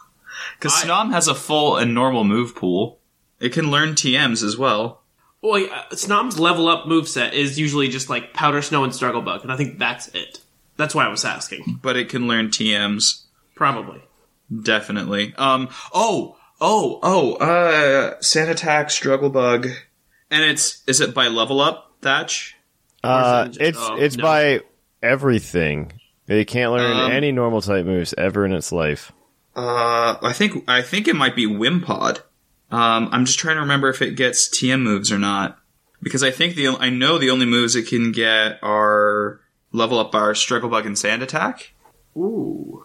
because
I-
Snom has a full and normal move pool. It can learn TMs as well.
Well, yeah, uh, Snom's level up moveset is usually just like Powder Snow and Struggle Bug, and I think that's it. That's why I was asking.
but it can learn TMs
Probably.
definitely. Um. Oh. Oh. Oh. Uh. Sand attack. Struggle bug. And it's is it by level up? Thatch.
Uh,
Percentage-
it's
oh,
it's
no.
by everything. It can't learn
Um,
any normal type moves ever in its life.
Uh, I think I think it might be Wimpod. Um, I'm just trying to remember if it gets TM moves or not, because I think the I know the only moves it can get are level up our struggle bug and sand attack.
Ooh.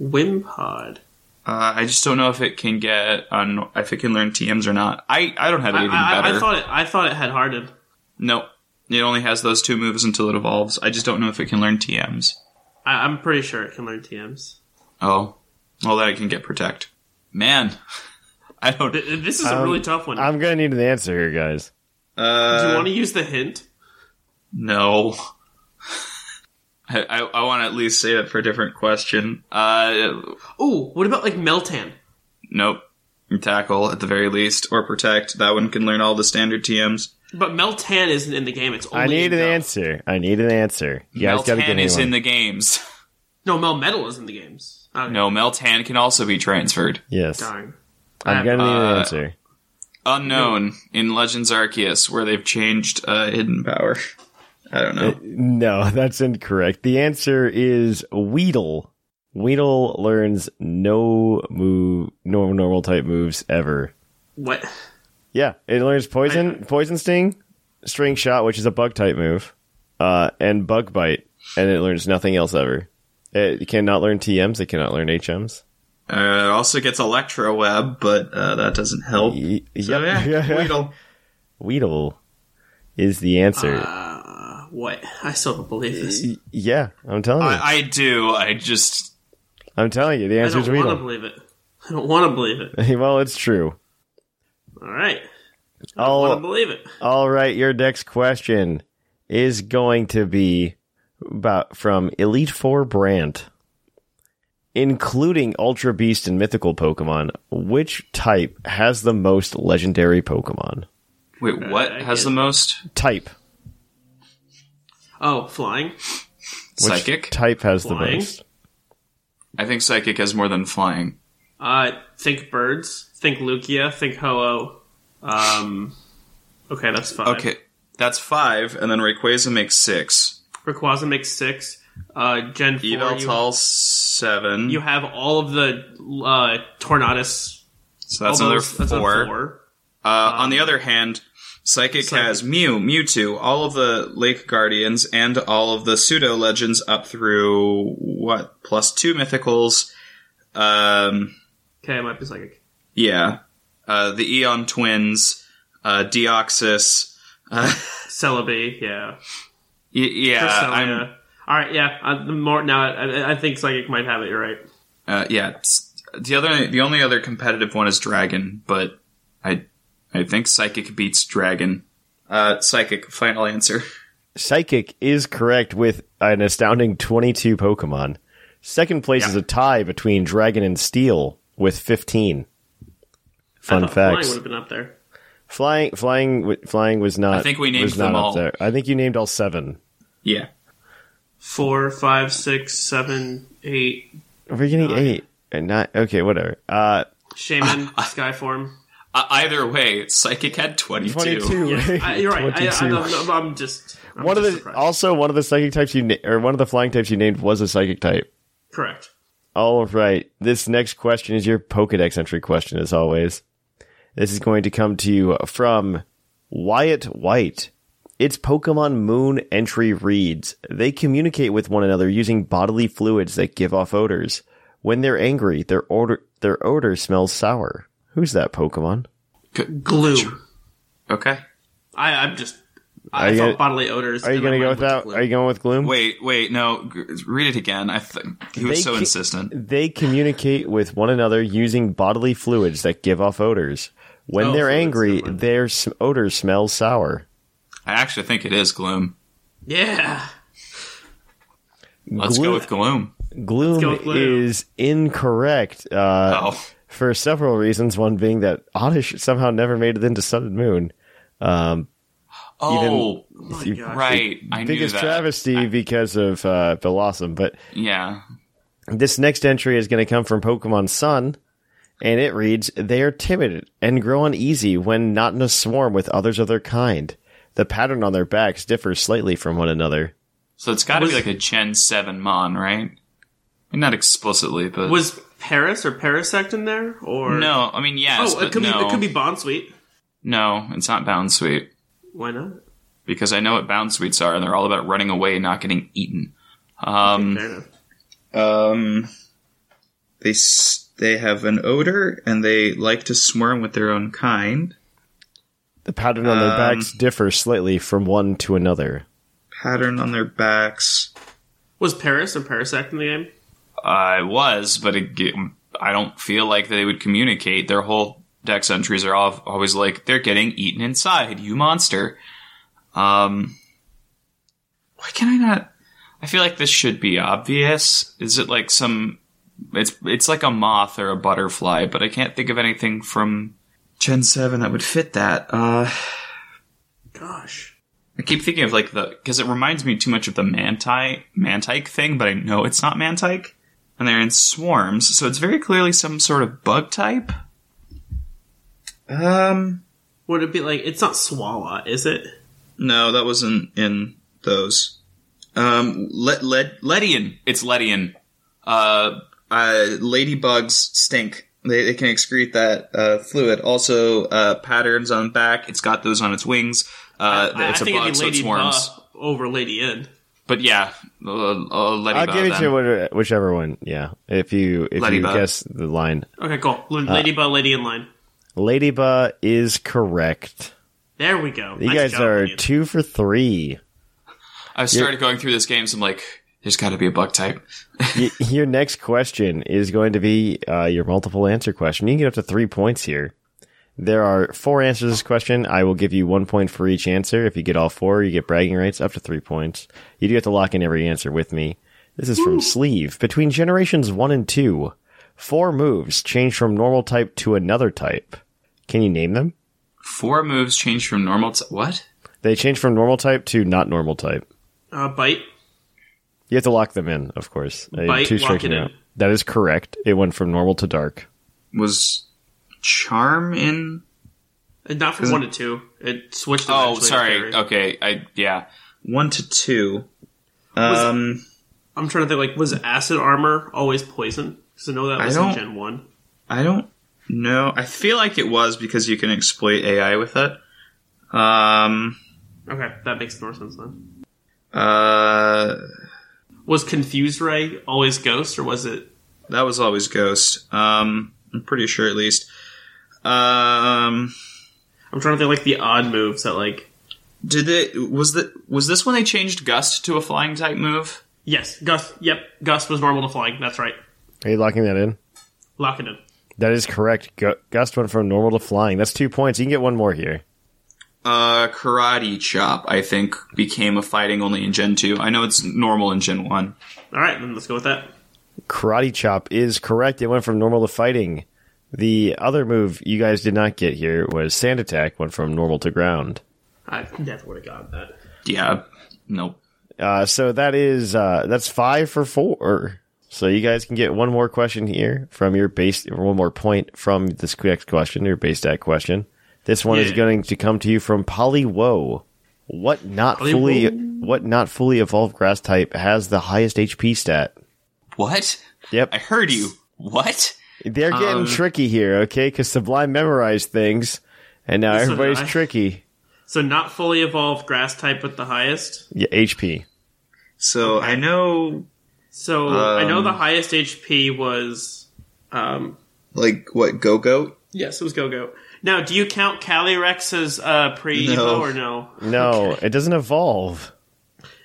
Wimpod.
Uh, I just don't know if it can get on if it can learn TMs or not. I, I don't have it
I,
even
I-
better.
I thought it. I thought it had Harden.
no, it only has those two moves until it evolves. I just don't know if it can learn TMs.
I, I'm pretty sure it can learn TMs.
Oh, well that it can get protect. Man, I don't.
Th- This is a
Um,
really tough one.
I'm gonna need an answer here, guys.
Uh,
Do you want to use the hint?
No. I, I, I want to at least save it for a different question. Uh,
Ooh, what about like Meltan?
nope. Tackle at the very least, or protect. That one can learn all the standard TMs.
But Meltan isn't in the game. It's only
I need an
in the-
answer. I need an answer. You guys gotta get
Meltan
me
is
one.
in the games.
No, Melmetal is in the games. Okay.
No, Meltan can also be transferred.
yes,
Darn.
I'm gonna need an
uh,
answer.
Unknown in Legends Arceus, where they've changed uh, hidden power.
Uh,
I don't know.
No, that's incorrect. The answer is Weedle. Weedle learns no move, no normal type moves ever.
What?
Yeah, it learns poison, poison sting, string shot, which is a bug type move, uh, and bug bite, and it learns nothing else ever. It cannot learn TMs. It cannot learn HMs.
Uh, it also gets Electro Web, but uh, that doesn't help.
Y-
So
yep.
yeah, Weedle.
Weedle is the answer.
Uh,
What? I still don't believe this.
Y- yeah, I'm telling you.
I, I do. I just
I'm telling you. The
I
answer is
don't want to
Weedle.
believe it. I don't want to believe it.
well, it's true.
All right. I don't want to
I'll,
believe it.
all right. Your next question is going to be about from Elite Four Brand, including Ultra Beast and Mythical Pokemon. Which type has the most legendary Pokemon?
wait. What
Uh, I
has
get
the most
Type.
Oh, flying.
psychic?
Type has the
Flying.
most.
I think psychic has more than flying.
Uh, think birds. Think Lucia. Think Ho-Oh. Um, okay, that's five.
Okay, that's five, and then Rayquaza makes six.
Rayquaza makes six. Uh, Gen four. you,
Eveltal seven.
you have all of the uh, Tornadus.
so that's another
elbows.
four.
That's another four.
Uh, on the other hand, psychic,
Psychic.
has Mew, Mewtwo, all of the Lake Guardians, and all of the pseudo legends up through what plus two mythicals. Um,
Okay, it might be psychic.
yeah, uh, the Eon Twins, uh, Deoxys. Uh,
Celebi. Yeah.
y- yeah,
Uh,
I'm
Persona. All right. Yeah. Uh, the more now, I, I think psychic might have it. You're right.
Uh, yeah, it's- the other the only other competitive one is Dragon, but I I think Psychic beats Dragon. Uh, Psychic, final answer.
Psychic is correct with an astounding 22 Pokemon. Second place is a tie between Dragon and Steel with 15. Fun
I thought Flying
facts.
would have been up there.
Flying, flying, w- flying was not.
I think we named
was not
them
up
all.
there. I think you named all seven.
Yeah,
Four, five, six, seven, eight.
Are we getting eight? And not okay. Whatever. Uh,
Shaman, Skyform.
uh, either way, Psychic had twenty two.
twenty-two.
Yeah, I, you're right. I, I,
22.
I'm, I'm just. I'm
one of
just
the
surprised.
also one of the psychic types you na- or one of the flying types you named was a psychic type.
Correct.
All right. This next question is your Pokedex entry question, as always. This is going to come to you from Wyatt White. Its Pokemon Moon entry reads They communicate with one another using bodily fluids that give off odors. When they're angry, their odor, their odor smells sour. Who's that Pokemon?
Glue.
Okay,
I, I'm just. I
Are you
thought
gonna-
bodily odors.
Are you
and
going to go
my
with
mind
that?
went to glue.
Are you going with Gloom?
wait, wait, no, g- read it again. I th- he was
They
so
ca-
insistent.
They communicate with one another using bodily fluids that give off odors. When
Oh,
they're
fluids,
angry,
never mind.
their s- odor smells sour.
I actually think it is Gloom.
Yeah.
Let's
Gloom-
go with Gloom.
Gloom
go with Gloom.
is incorrect uh,
Oh,
for several reasons. One being that Oddish somehow never made it into Sun and Moon. Um,
oh,
you-
right. I knew
biggest
that.
travesty because of uh, Blossom. But
Yeah,
this next entry is going to come from Pokemon Sun, and it reads: "They are timid and grow uneasy when not in a swarm with others of their kind. The pattern on their backs differs slightly from one another."
so it's got to be
Was-
like a Gen Seven Mon, right? Not explicitly, but
Was Paris or Parasect in there? Or
No, I mean yes,
Oh,
but
it could
no.
be. It could be Bond Suite.
No, it's not bound sweet
Why not?
because I know what bound sweets are, and they're all about running away and not getting eaten. Um,
Fair enough.
um, they s- they have an odor and they like to swarm with their own kind.
The pattern on their
Um,
backs differs slightly from one to another.
Pattern on their backs.
Was Paris or Parasect in the game?
I was, but it, ge- I don't feel like they would communicate. Their whole dex entries are all, always like they're getting eaten inside. You monster. Um, why can I not? I feel like this should be obvious. Is it like some? It's it's like a moth or a butterfly, but I can't think of anything from Gen Seven that would fit that. Uh,
Gosh.
I keep thinking of like the because it reminds me too much of the manti mantike thing, but I know it's not mantike, and they're in swarms, so it's very clearly some sort of bug type. Um,
Would it be like it's not Swalla, is it?
no, that wasn't in those. Um, let Ledian, it's Ledian. Uh, uh, ladybugs stink. They, they can excrete that uh, fluid. Also, uh, patterns on back. It's got those on its wings. Uh,
I-
it's
I
a
think it'd
bug,
be
so it
Lady
swarms.
Buh over Lady N.
But yeah, uh, uh,
I'll
ladybug.
give it
then.
to whatever, whichever one. Yeah, if you if you
Ladybug.
guess the line,
Okay, cool.
Uh,
L- Lady Buh, Lady in line.
Ladyba is correct.
There we go.
You
Nice
guys
job,
are
Ian.
two for three.
I started going through this game, so I'm like, there's got to be a bug type.
Y- your next question is going to be uh, your multiple answer question. You can get up to three points here. There are four answers to this question. I will give you one point for each answer. If you get all four, you get bragging rights up to three points. You do have to lock in every answer with me. This is from Sleeve. Between generations one and two, four moves change from normal type to another type. Can you name them?
Four moves change from normal to what?
They change from normal type to not normal type.
Uh, bite.
You have to lock them in, of course. Uh,
Bite,
two strikes
lock it
and you're
in.
out. That is correct. It went from normal to dark.
Was charm in?
Uh, Not from one to two. It switched. them
Oh,
actually,
sorry.
Barry.
Okay, I yeah. One to two. Um,
I'm trying to think. Like, was acid armor always poison? Because I know that
I
was
don't-
in Gen One.
I don't know. I feel like it was because you can exploit AI with it. Um,
Okay, that makes more sense then.
uh,
Was confused ray always ghost, or was it?
that was always Ghost. Um, I'm pretty sure at least. Um,
I'm trying to think like the odd moves that like.
did they was that was this when they changed Gust to a flying type move?
Yes, Gus. Yep, Gus was normal to flying. That's right.
Are you locking that in?
Lock it in.
That is correct. Gu- Gust went from normal to flying. That's two points. You can get one more here.
Uh, karate chop, I think, became a fighting only in Gen 2. I know it's normal in Gen 1.
All right, then let's go with that.
Karate chop is correct. It went from normal to fighting. The other move you guys did not get here was sand attack. Went from normal to ground.
I never would have gotten that.
Yeah. Nope.
Uh, so that is uh, that's five for four. So you guys can get one more question here from your base, or one more point from this next question, your base stat question. This one is
Yeah.
going to come to you from Polly Woe. What not
Polly
fully
Woe.
what not fully evolved grass type has the highest HP stat?
What?
Yep,
I heard you. What?
they're getting
um,
tricky here, okay? Because Sublime memorized things, and now
That's what
everybody's
I-
tricky.
So not fully evolved grass type with the highest.
Yeah, HP.
So I know,
So I know the
Um,
highest HP was. Um,
like, what, Go Goat?
yes, it was Go Go. Now, do you count Calyrex as uh, pre Evo
No.
or no?
No, it doesn't evolve.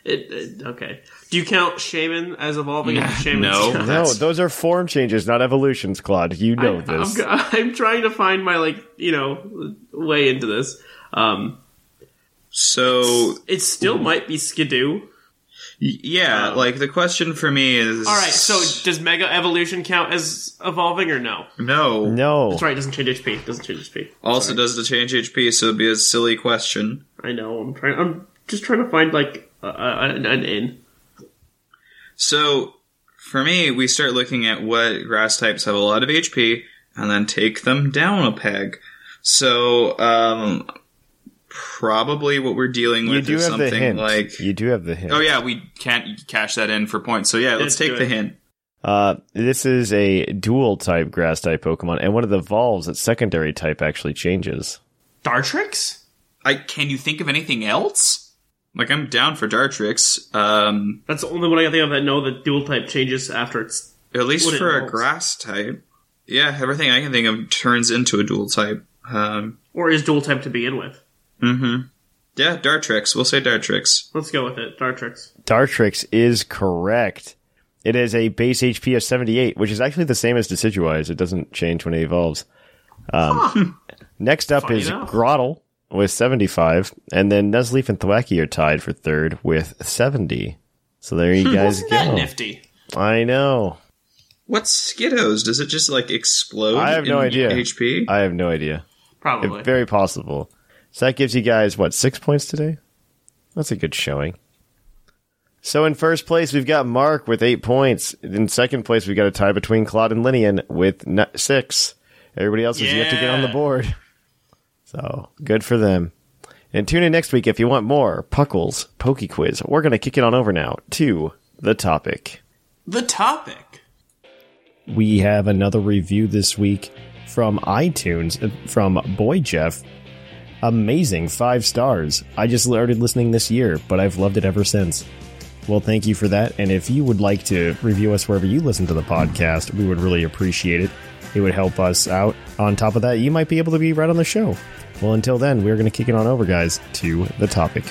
It, it- okay. Do you count Shaman as evolving? into Shaman?
no.
No,
That's-
those are form changes, not evolutions, Claude. You know
I,
this.
I'm, I'm trying to find my like you know way into this. Um,
So,
it still might be Skidoo.
y- yeah, like, the question for me is.
All right. So does Mega Evolution count as evolving or no?
No.
No.
That's right. It doesn't change HP. It doesn't change HP.
Also, does the change HP, so it'd be a silly question.
I know. I'm trying. I'm just trying to find like a, a, an, an in.
So, for me, we start looking at what grass types have a lot of HP and then take them down a peg. So, um, probably what we're dealing
You
with
do
is
have the
something
hint.
like.
you do have the hint.
Oh, yeah, we can't cash that in for points. So, yeah, let's
Let's do
take the
it.
hint.
Uh, this is a dual type grass type Pokemon, and one of the evolves its secondary type actually changes.
Dartrix.
I, can you think of anything else? Like, I'm down for Dartrix. Um,
That's the only one I can think of that know the dual type changes after it's.
at least
What it
for a
involves.
grass type. Yeah, everything I can think of turns into a dual type. Um,
Or is dual type to begin with?
hmm Yeah, Dartrix. We'll say Dartrix.
Let's go with it. Dartrix.
Dartrix is correct. It is a base HP of 78, which is actually the same as Decidueye's. It doesn't change when it evolves. Um, next up
Funny
is
enough.
Grottle with 75, and then Nuzleaf and Thwacky are tied for third with 70. So there you guys
Isn't Hmm. that
go.
nifty?
I know.
What's Skiddos? Does it just like explode?
I have no
in
idea.
HP.
I have no idea.
Probably.
Very possible. So that gives you guys what six points today. That's a good showing. So in first place we've got Mark with eight points. In second place we've got a tie between Claude and Linian with n- six. Everybody else is yet to get on the
Yeah.
board. So good for them. And tune in next week if you want more Puckles Poke Quiz. We're gonna kick it on over now to the topic.
the topic.
we have another review this week from iTunes uh, from Boy Jeff. Amazing, five stars. I just started listening this year, but I've loved it ever since. Well, thank you for that. And if you would like to review us wherever you listen to the podcast, we would really appreciate it. It would help us out. On top of that, you might be able to be right on the show. Well, until then, we're going to kick it on over, guys, to the topic.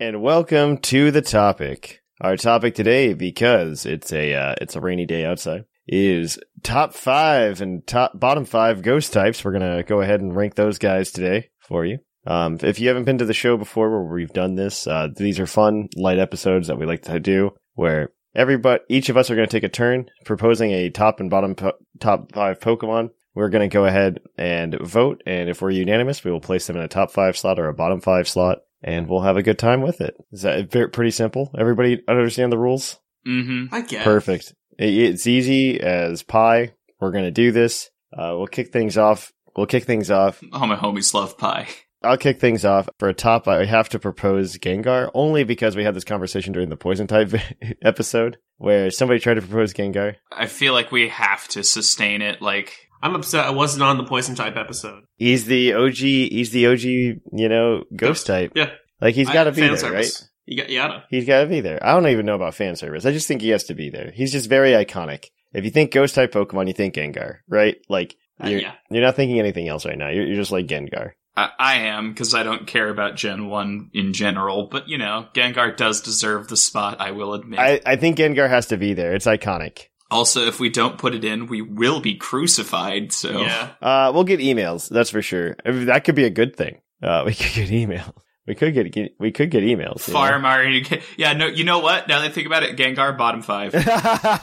And welcome to the topic. Our topic today, because it's a uh, it's a rainy day outside, is top five and top bottom five ghost types. We're gonna go ahead and rank those guys today for you. Um, if you haven't been to the show before where we've done this, uh, these are fun, light episodes that we like to do where everybody, each of us are going to take a turn proposing a top and bottom po- top five Pokemon. We're going to go ahead and vote. And if we're unanimous, we will place them in a top five slot or a bottom five slot and we'll have a good time with it. Is that ve- pretty simple? Everybody understand the rules?
Mm-hmm.
I get
Perfect. It- It's easy as pie. We're going to do this. Uh, we'll kick things off. We'll kick things off
All my homies love pie.
I'll kick things off. For a top, I have to propose Gengar only because we had this conversation during the poison type episode where somebody tried to propose Gengar.
I feel like we have to sustain it. Like,
I'm upset I wasn't on the poison type episode.
He's the OG. He's the OG. You know, ghost type.
Yeah.
Like he's
I-
got to be
fan
there,
service.
right?
You got yada.
He's got to be there. I don't even know about fan service. I just think he has to be there. He's just very iconic. If you think ghost type Pokemon, you think Gengar, right? Like
Uh,
you're,
yeah.
you're not thinking anything else right now. You're, you're just like Gengar.
I, I am, because I don't care about Gen 1 in general, but you know, Gengar does deserve the spot, I will admit.
I, I think Gengar has to be there. It's iconic.
also, if we don't put it in, we will be crucified, so.
Yeah.
Uh, we'll get emails. That's for sure. I mean, that could be a good thing. Uh, we could get email. We could get, get we could get emails. you know?
Fire Mario. Yeah, no, you know what? Now that I think about it, Gengar bottom five.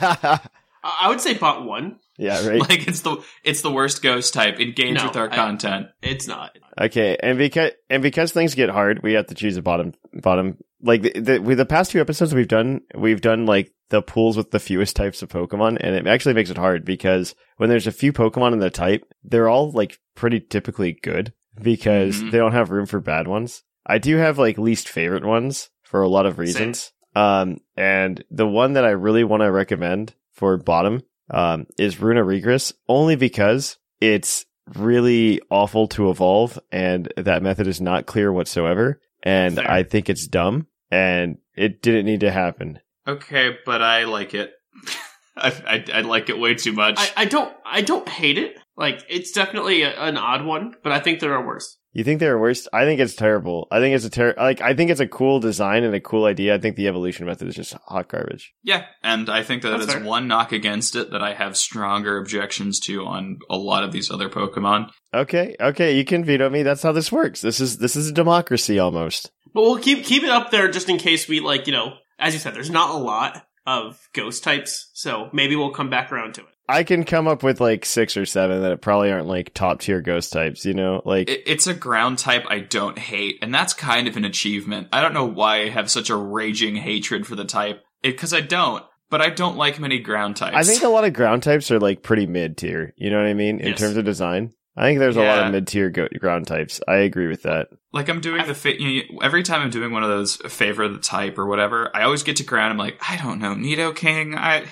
I I would say bot one.
yeah. Right.
like it's the it's the worst ghost type. Engage
No,
with our
I-
content.
It's not.
Okay. And because and because things get hard, we have to choose a bottom bottom. Like the, the with the past two episodes we've done, we've done like the pools with the fewest types of Pokemon, and it actually makes it hard because when there's a few Pokemon in the type, they're all like pretty typically good because
Mhm.
they don't have room for bad ones. I do have like least favorite ones for a lot of reasons. Um, and the one that I really want to recommend for bottom um, is Runa Regress, only because it's really awful to evolve, and that method is not clear whatsoever. And
Fair.
I think it's dumb, and it didn't need to happen.
Okay, but I like it. I, I I like it way too much.
I, I don't. I don't hate it. Like it's definitely a, an odd one, but I think there are worse.
You think they're worse? I think it's terrible. I think it's a ter- like I think it's a cool design and a cool idea. I think the evolution method is just hot garbage.
yeah, and I think that
That's
it's
fair.
one knock against it that I have stronger objections to on a lot of these other Pokemon.
Okay, okay, you can veto me. That's how this works. This is this is a democracy almost.
But we'll keep keep it up there just in case we like. You know, as you said, there's not a lot of ghost types, so maybe we'll come back around to it.
I can come up with like six or seven that probably aren't like top tier ghost types, you know? Like,
It, it's a ground type I don't hate, and that's kind of an achievement. I don't know why I have such a raging hatred for the type because I don't. But I don't like many ground types.
I think a lot of ground types are like pretty mid tier, you know what I mean? In
Yes.
terms of design, I think there's a lot
Yeah.
of mid tier go- ground types. I agree with that.
Like I'm doing the fa- you know, every time I'm doing one of those favor of the type or whatever, I always get to ground. I'm like, I don't know, Nido King. I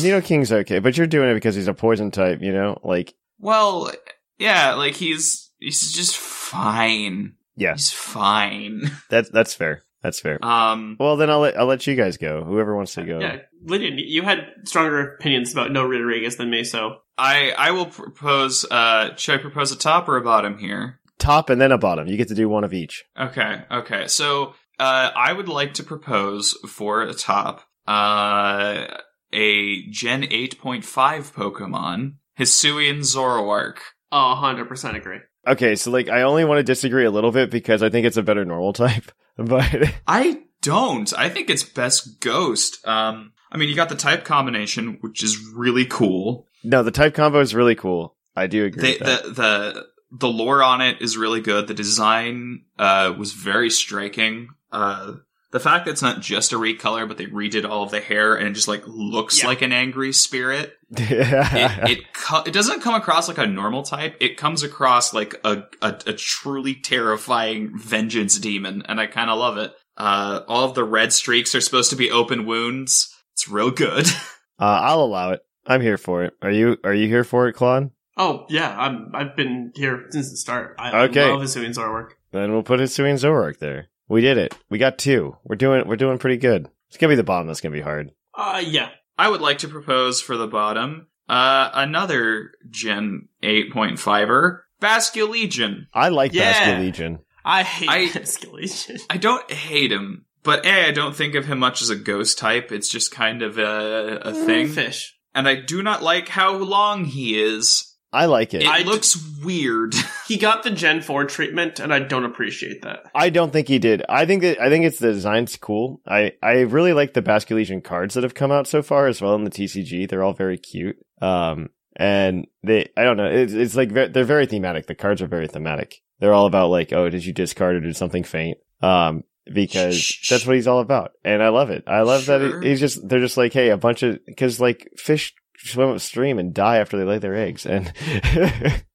Neo King's okay, but you're doing it because he's a poison type, you know? Like,
well, yeah, like he's he's just fine.
yeah,
He's fine.
that's that's fair. That's fair.
Um,
Well, then I'll let I'll let you guys go. Whoever wants
Uh,
to go.
Yeah, Lydian, you had stronger opinions about No Rodriguez than me, so
I I will propose. Uh, should I propose a top or a bottom here?
Top and then a bottom. You get to do one of each.
Okay, okay. So uh, I would like to propose for a top uh, a Gen eight point five Pokemon, Hisuian Zoroark.
oh, 100 percent agree.
Okay, so like I only want to disagree a little bit because I think it's a better normal type, but
I don't. I think it's best ghost. Um, I mean, you got the type combination, which is really cool.
no, the type combo is really cool. I do agree.
They,
with that.
the the the lore on it is really good. The design uh, was very striking. Uh, the fact that it's not just a recolor, but they redid all of the hair and it just like looks
Yeah.
like an angry spirit.
yeah.
It it, co- it doesn't come across like a normal type. It comes across like a a, a truly terrifying vengeance demon, and I kind of love it. Uh, all of the red streaks are supposed to be open wounds. It's real good.
Uh, I'll allow it. I'm here for it. Are you Are you here for it, Claude?
Oh yeah, I'm, I've been here since the start. I
Okay.
love Hisuian's artwork.
Then we'll put Hisui and Zoroark there. We did it. We got two. We're doing We're doing pretty good. It's gonna be the bottom that's gonna be hard.
Uh, yeah,
I would like to propose for the bottom uh, another Gen 8.5er, Bascule Legion.
I like
Yeah.
Basket Legion.
I hate
I-
escalation.
I don't hate him, but A, I don't think of him much as a ghost type. It's just kind of a, a thing.
Fish.
And I do not like how long he is.
I like it.
It
I,
I d-
looks weird.
He got the Gen Four treatment, and I don't appreciate that.
don't think he did. I think that I think it's the design's cool. I I really like the Basket Legion cards that have come out so far as well in the TCG. They're all very cute. Um, and they I don't know. It's, it's like ve- they're very thematic. The cards are very thematic. They're all about like, oh, did you discard or did something faint? Um, because that's what he's all about, and I love it. I love
Sure.
that he, he's just they're just like, hey, a bunch of because like fish swim upstream and die after they lay their eggs, and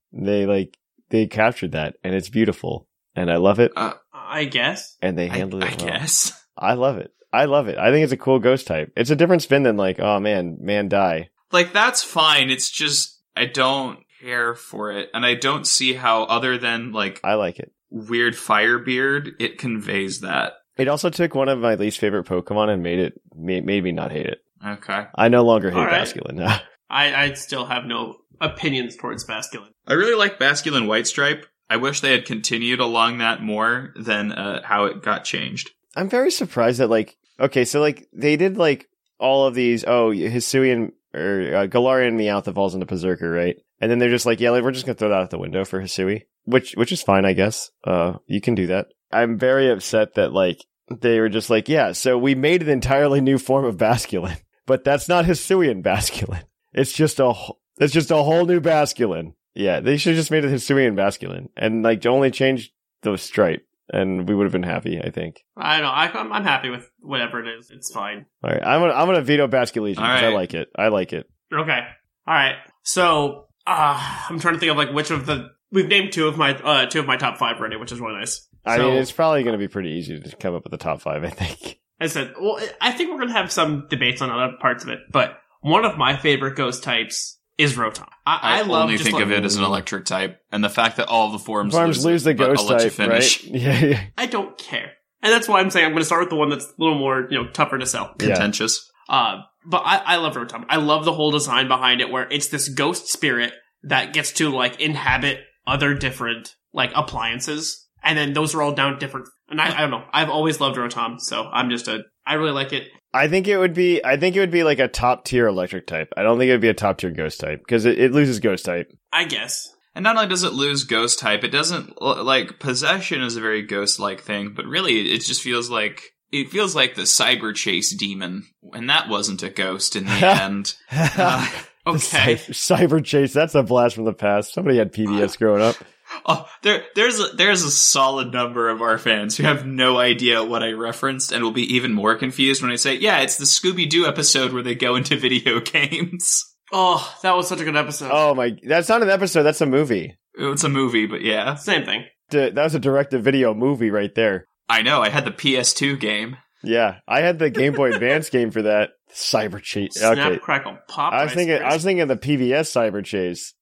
they like they captured that, and it's beautiful, and I love it,
I guess.
and they
I,
handled
I
it. well.
guess.
I love it. I love it. I think it's a cool ghost type. It's a different spin than like, oh man, man die.
Like, that's fine. It's just, I don't care for it. And I don't see how, other than, like,
I like it.
weird firebeard, it conveys that.
It also took one of my least favorite Pokemon and made it ma- made me not hate it.
Okay.
I no longer hate
All right.
Basculin now.
I, I still have no opinions towards masculine.
I really like Basculin White Stripe. I wish they had continued along that more than uh, how it got changed.
I'm very surprised that like okay, so like they did like all of these. Oh, Hisuian or uh, Galarian Meowth that falls into Berserker, right? And then they're just like, yeah, like, we're just gonna throw that out the window for Hisui, which which is fine, I guess. Uh, you can do that. I'm very upset that like they were just like, yeah, so we made an entirely new form of Basculin, but that's not Hisuian Basculin. It's just a wh- it's just a whole new Basculin. Yeah, they should have just made it Hisuian Basculin and like only changed the stripe, and we would have been happy, I think.
I don't know. I, I'm, I'm happy with whatever it is. It's fine.
All right, I'm gonna I'm gonna veto Basket Legion
All
'cause I
right.
like it. I like it.
Okay. All right. So uh, I'm trying to think of like which of the we've named two of my uh, two of my top five already, which is really nice.
I
So-
mean, it's probably gonna be pretty easy to come up with the top five. I think.
I said, well, I think we're going to have some debates on other parts of it, but one of my favorite ghost types is Rotom. I, I, love
only
just
think
like-
of it as an electric type, and the fact that all the forms,
Farms lose the
it, but
ghost
I'll let you
type, right? Yeah, yeah.
I don't care, and that's why I'm saying I'm going to start with the one that's a little more you know tougher to sell.
Yeah.
Contentious.
Uh, but I, I love Rotom. I love the whole design behind it, where it's this ghost spirit that gets to like inhabit other different like appliances, and then those are all down different. And I, I don't know. I've always loved Rotom, so I'm just a. I really like it.
I think it would be. I think it would be like a top tier electric type. I don't think it would be a top tier ghost type because it, it loses ghost type.
I guess.
And not only does it lose ghost type, it doesn't l- like possession is a very ghost like thing, but really it just feels like it feels like the cyber chase demon, and that wasn't a ghost in the end. Uh,
Okay.
Cyber Chase. That's a blast from the past. Somebody had PBS growing up.
Oh, there, there's a, there's a solid number of our fans who have no idea what I referenced and will be even more confused when I say, "Yeah, it's the Scooby Doo episode where they go into video games."
Oh, that was such a good episode.
Oh my! That's not an episode. That's a movie.
It's a movie, but yeah,
Same thing.
D- That was a direct-to-video movie right there.
I know. I had the PS2 game.
Yeah, I had the Game Boy Advance game for that. Cyber Chase. Okay,
Snap, crackle, pop.
I was
Rice
thinking. I
Krispies.
was thinking of the PBS Cyber Chase,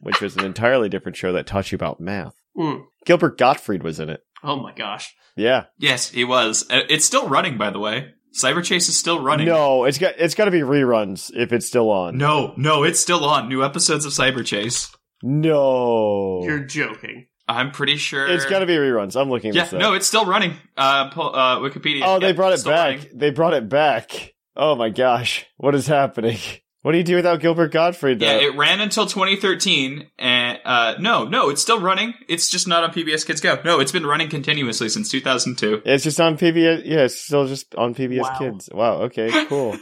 which was an entirely different show that taught you about math.
Mm.
Gilbert Gottfried was in it.
Oh my gosh.
Yeah.
Yes, it was. Uh, It's still running, by the way. Cyber Chase is still running.
No, it's got it's got to be reruns if it's still on.
no, no, it's still on. New episodes of Cyber Chase.
No.
You're joking.
I'm pretty sure
it's got to be reruns. I'm looking
Yeah,
this up.
no, it's still running. Uh, pull, uh Wikipedia.
oh,
Yeah,
they brought it
still
back.
running.
They brought it back. Oh my gosh, what is happening? What do you do without Gilbert Gottfried? Though?
Yeah, it ran until 2013, and uh, no, no, it's still running. It's just not on PBS Kids Go. No, it's been running continuously since 2002.
it's just on PBS. Yeah, it's still just on PBS
Wow.
Kids. Wow. Okay. Cool.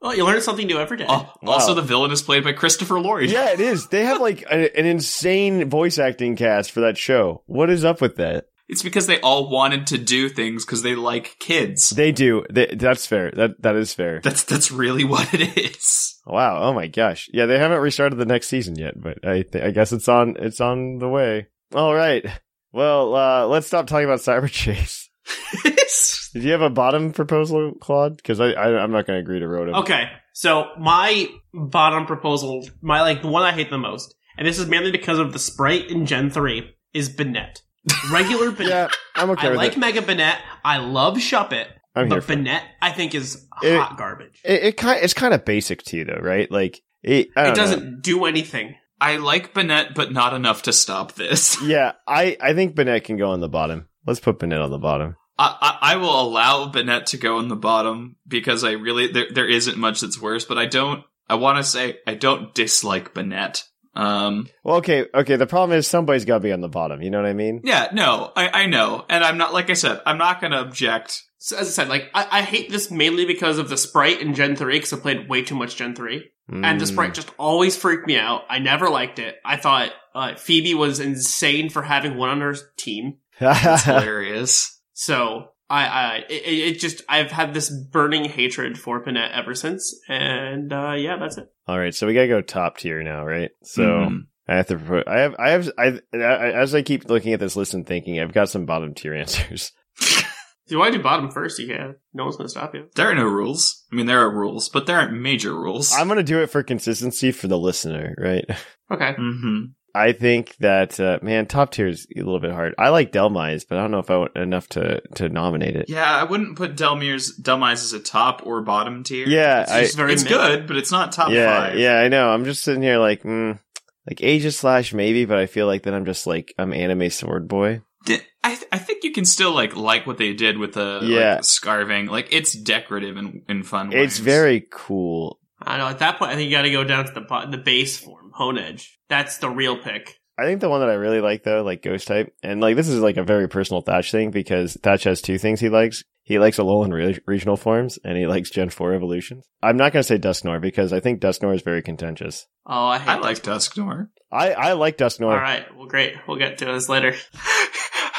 Well, you learn something new every day.
Al-
Wow.
Oh, Also, the villain is played by Christopher Lloyd.
yeah, it is. They have like a, an insane voice acting cast for that show. What is up with that?
It's because they all wanted to do things because they like kids.
They do. They, that's fair. That that is fair.
That's that's really what it is.
Wow. Oh my gosh. Yeah, they haven't restarted the next season yet, but I th- I guess it's on it's on the way. All right. Well, uh, let's stop talking about Cyber Chase.
It's-
Did you have a bottom proposal, Claude? Because I, I I'm not going to agree to Rotom.
Okay, So my bottom proposal, my like the one I hate the most, and this is mainly because of the sprite in Gen three, is Binette. Regular Binette.
Yeah, I'm okay
I
with
like
it.
Mega Binette. I love Shuppet,
I'm here
but
for it.
Binette I think is
It-
hot garbage.
It, it kind it's kind of basic to you though, right? Like it, I
It
don't know.
doesn't do anything.
I like Bennett, but not enough to stop this.
Yeah, I I think Bennett can go on the bottom. Let's put Bennett on the bottom.
I, I, I will allow Bennett to go in the bottom because I really there there isn't much that's worse, but I don't. I want to say I don't dislike Bennett. Um,
Well, okay, okay. The problem is somebody's got to be on the bottom. You know what I mean?
yeah, no, I, I know, and I'm not like I said, I'm not going to object.
So as I said, like I, I hate this mainly because of the sprite in Gen three because I played way too much Gen three. and the
Mm.
sprite just always freaked me out. I never liked it. I thought uh, Phoebe was insane for having one on her team.
It's hilarious.
So I, I it, it it just I've had this burning hatred for Pinette ever since, and uh, yeah, that's it.
All right, so we gotta go top tier now, right? So
Mhm.
I have to. Propose, I have. I have. I, I as I keep looking at this list and thinking, I've got some bottom tier answers.
If you want to do bottom first, you can. No one's gonna stop you.
there are no rules. I mean, there are rules, but there aren't major rules.
I'm gonna do it for consistency for the listener, right?
Okay,
hmm
I think that uh, man, top tier is a little bit hard. I like Delmise, but I don't know if I want enough to to nominate it.
Yeah, I wouldn't put Delmire's Demise as a top or bottom tier.
Yeah,
it's,
I,
just very
it's
mid.
good, but it's not top
yeah,
five.
yeah. I know. I'm just sitting here like, mm, like Aegis slash maybe, but I feel like then I'm just like I'm anime sword boy.
Di- I, th- I think you can still like like what they did with the like,
Yeah.
scarving. Like it's decorative and in fun.
It's
ways.
very cool.
I don't know. At that point, I think you got to go down to the bo- the base form, Hone Edge. That's the real pick.
I think the one that I really like though, like Ghost type, and like this is like a very personal Thatch thing because Thatch has two things he likes. He likes Alolan re- regional forms, and he likes Gen Four evolutions. I'm not gonna say Dusknor because I think Dusknor is very contentious.
Oh, I hate.
I like Dusknor.
I I like Dusknor.
All right. Well, great. We'll get to this later.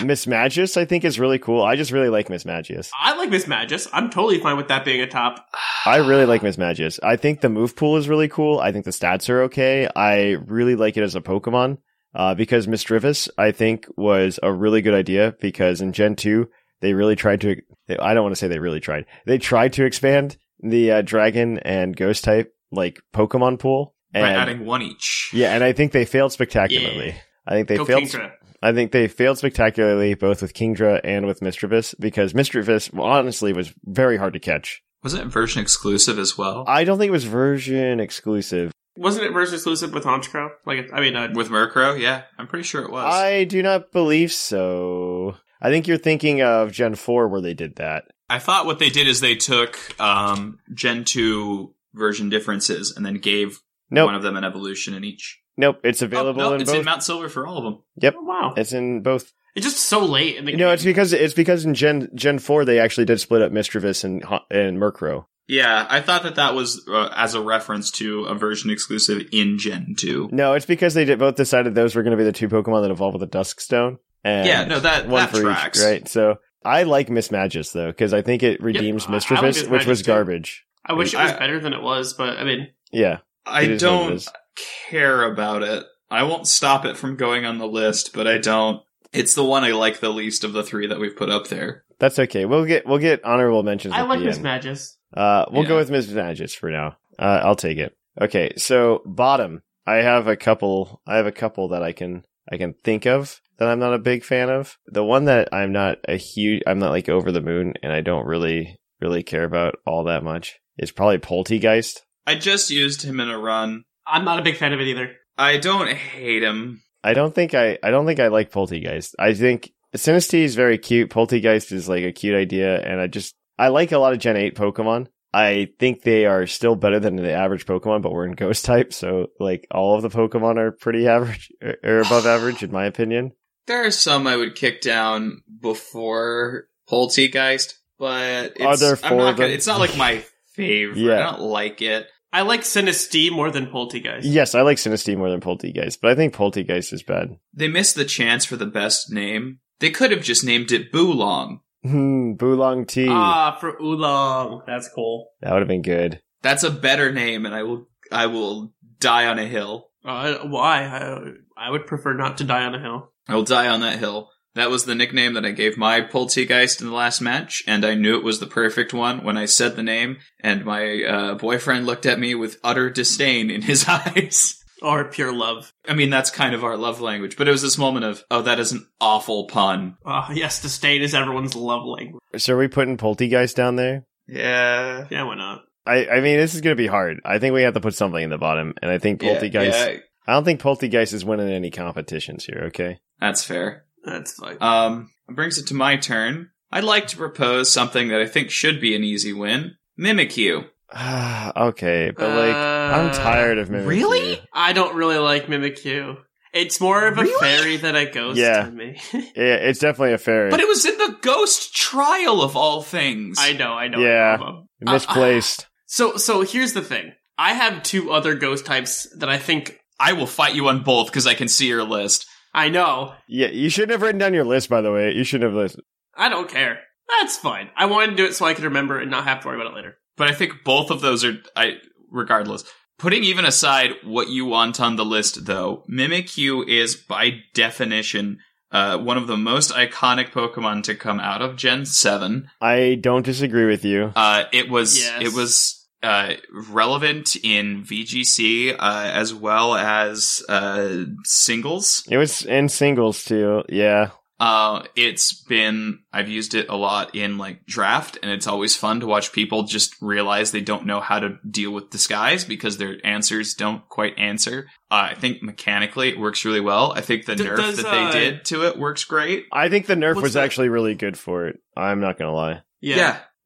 Miss Magius, I think, is really cool. I just really like Miss Magius.
I like Miss Magus. I'm totally fine with that being a top.
I really like Miss Magius. I think the move pool is really cool. I think the stats are okay. I really like it as a Pokemon uh, because Miss Drivis, I think, was a really good idea because in Gen 2, they really tried to. They, I don't want to say they really tried. They tried to expand the uh, dragon and ghost type, like Pokemon pool. And,
By adding one each.
yeah, and I think they failed spectacularly.
Yeah.
I think they
Go
failed.
Kingdra.
I think they failed spectacularly both with Kingdra and with Mischievous because Mischievous honestly was very hard to catch.
Was it version exclusive as well
I don't think it was version exclusive.
Wasn't it version exclusive with Honchkrow? Like, I mean, uh,
with Murkrow? Yeah, I'm pretty sure it was.
I do not believe so. I think you're thinking of Gen 4 where they did that.
I thought what they did is they took um, Gen two version differences and then gave
Nope.
one of them an evolution in each.
Nope, it's
Oh,
available
no,
in
it's
both.
in Mount Silver for all of them.
oh, wow,
it's in both.
it's just so late in the
You
game.
know, it's because it's because in Gen Gen 4 they actually did split up Mischievous and Ho- and Murkrow.
Yeah, I thought that that was uh, as a reference to a version exclusive in Gen two.
No, it's because they did both decided those were going to be the two Pokemon that evolve with the Duskstone. And
Yeah, no, that
one
that
for
tracks.
each, right? So I like Miss Magus though, because I think it redeems
I- I
Miss
like
Mischievous,
Miss
which was
Magus, too.
garbage.
I wish it was
I-
better than it was, but I mean,
Yeah, It
I
is what it
don't
is.
care about it. I won't stop it from going on the list, but I don't. It's the one I like the least of the three that we've put up there.
that's okay. We'll get we'll get honorable mentions.
I
at
like
the
Miss
end.
Magus.
Uh, we'll go
Yeah.
with Miss Magus for now. Uh, I'll take it. Okay, so bottom. I have a couple. I have a couple that I can I can think of that I'm not a big fan of. The one that I'm not a huge. I'm not like over the moon, and I don't really really care about all that much. Is probably Poltegeist.
I just used him in a run.
I'm not a big fan of it either.
I don't hate him.
I don't think I I don't think I like Poltegeist. I think Sinistee is very cute. Poltegeist is like a cute idea, and I just I like a lot of Gen 8 Pokemon. I think they are still better than the average Pokemon, but we're in ghost type, so like all of the Pokemon are pretty average or- or above average in my opinion.
There are some I would kick down before Poltegeist, but it's,
Are there
I'm
four
not
of them?
gonna- it's not like my favorite.
Yeah.
I don't like it.
I like Sinistee more than Poltegeist.
Yes, I like Sinistee more than Poltegeist, but I think Poltegeist is bad.
They missed the chance for the best name. They could have just named it Boolong.
Hmm, Bulong Tea.
Ah, for Oolong, that's cool.
that would have been good.
That's a better name, and I will I will die on a hill.
Uh, why? I, I would prefer not to die on a hill.
I will die on that hill. That was the nickname that I gave my Poltegeist in the last match, and I knew it was the perfect one when I said the name, and my uh, boyfriend looked at me with utter disdain in his eyes.
Or pure love.
I mean, that's kind of our love language, but it was this moment of, oh, that is an awful pun.
Ah, yes, disdain is everyone's love language.
So are we putting poltergeist down there?
Yeah.
Yeah, why not?
I, I mean, this is going to be hard. I think we have to put something in the bottom, and I think poltergeist.
yeah,
I don't think poltergeist is winning any competitions here. Okay,
that's fair.
That's fine.
Uh,
Um, brings it to my turn. I'd like to propose something that I think should be an easy win. Mimic you.
okay, but like I'm
Uh,
tired of Mimikyu.
really?
I don't really like Mimikyu. It's more of a fairy that I ghost
Yeah.
to me.
Yeah, it's definitely a fairy.
But it was in the ghost trial of all things.
I know, I know. I
Yeah.
love him.
misplaced.
So, so here's the thing. I have two other ghost types that I think
I will fight you on both because I can see your list.
I know.
yeah, you shouldn't have written down your list. By the way, you shouldn't have listed.
I don't care. That's fine. I wanted to do it so I could remember and not have to worry about it later.
But I think both of those are, I regardless. Putting even aside what you want on the list, though, Mimikyu is by definition uh, one of the most iconic Pokemon to come out of Gen Seven.
I don't disagree with you.
Uh, it was
Yes.
it was uh, relevant in VGC uh, as well as uh, singles.
It was in singles too. Yeah,
Uh, it's been I've used it a lot in like draft, and it's always fun to watch people just realize they don't know how to deal with disguise because their answers don't quite answer. Uh, I think mechanically it works really well. I think the
D-
nerf
does,
that
uh,
they did to it works great.
I think the nerf
What's
was
that?
actually really good for it. I'm not gonna lie.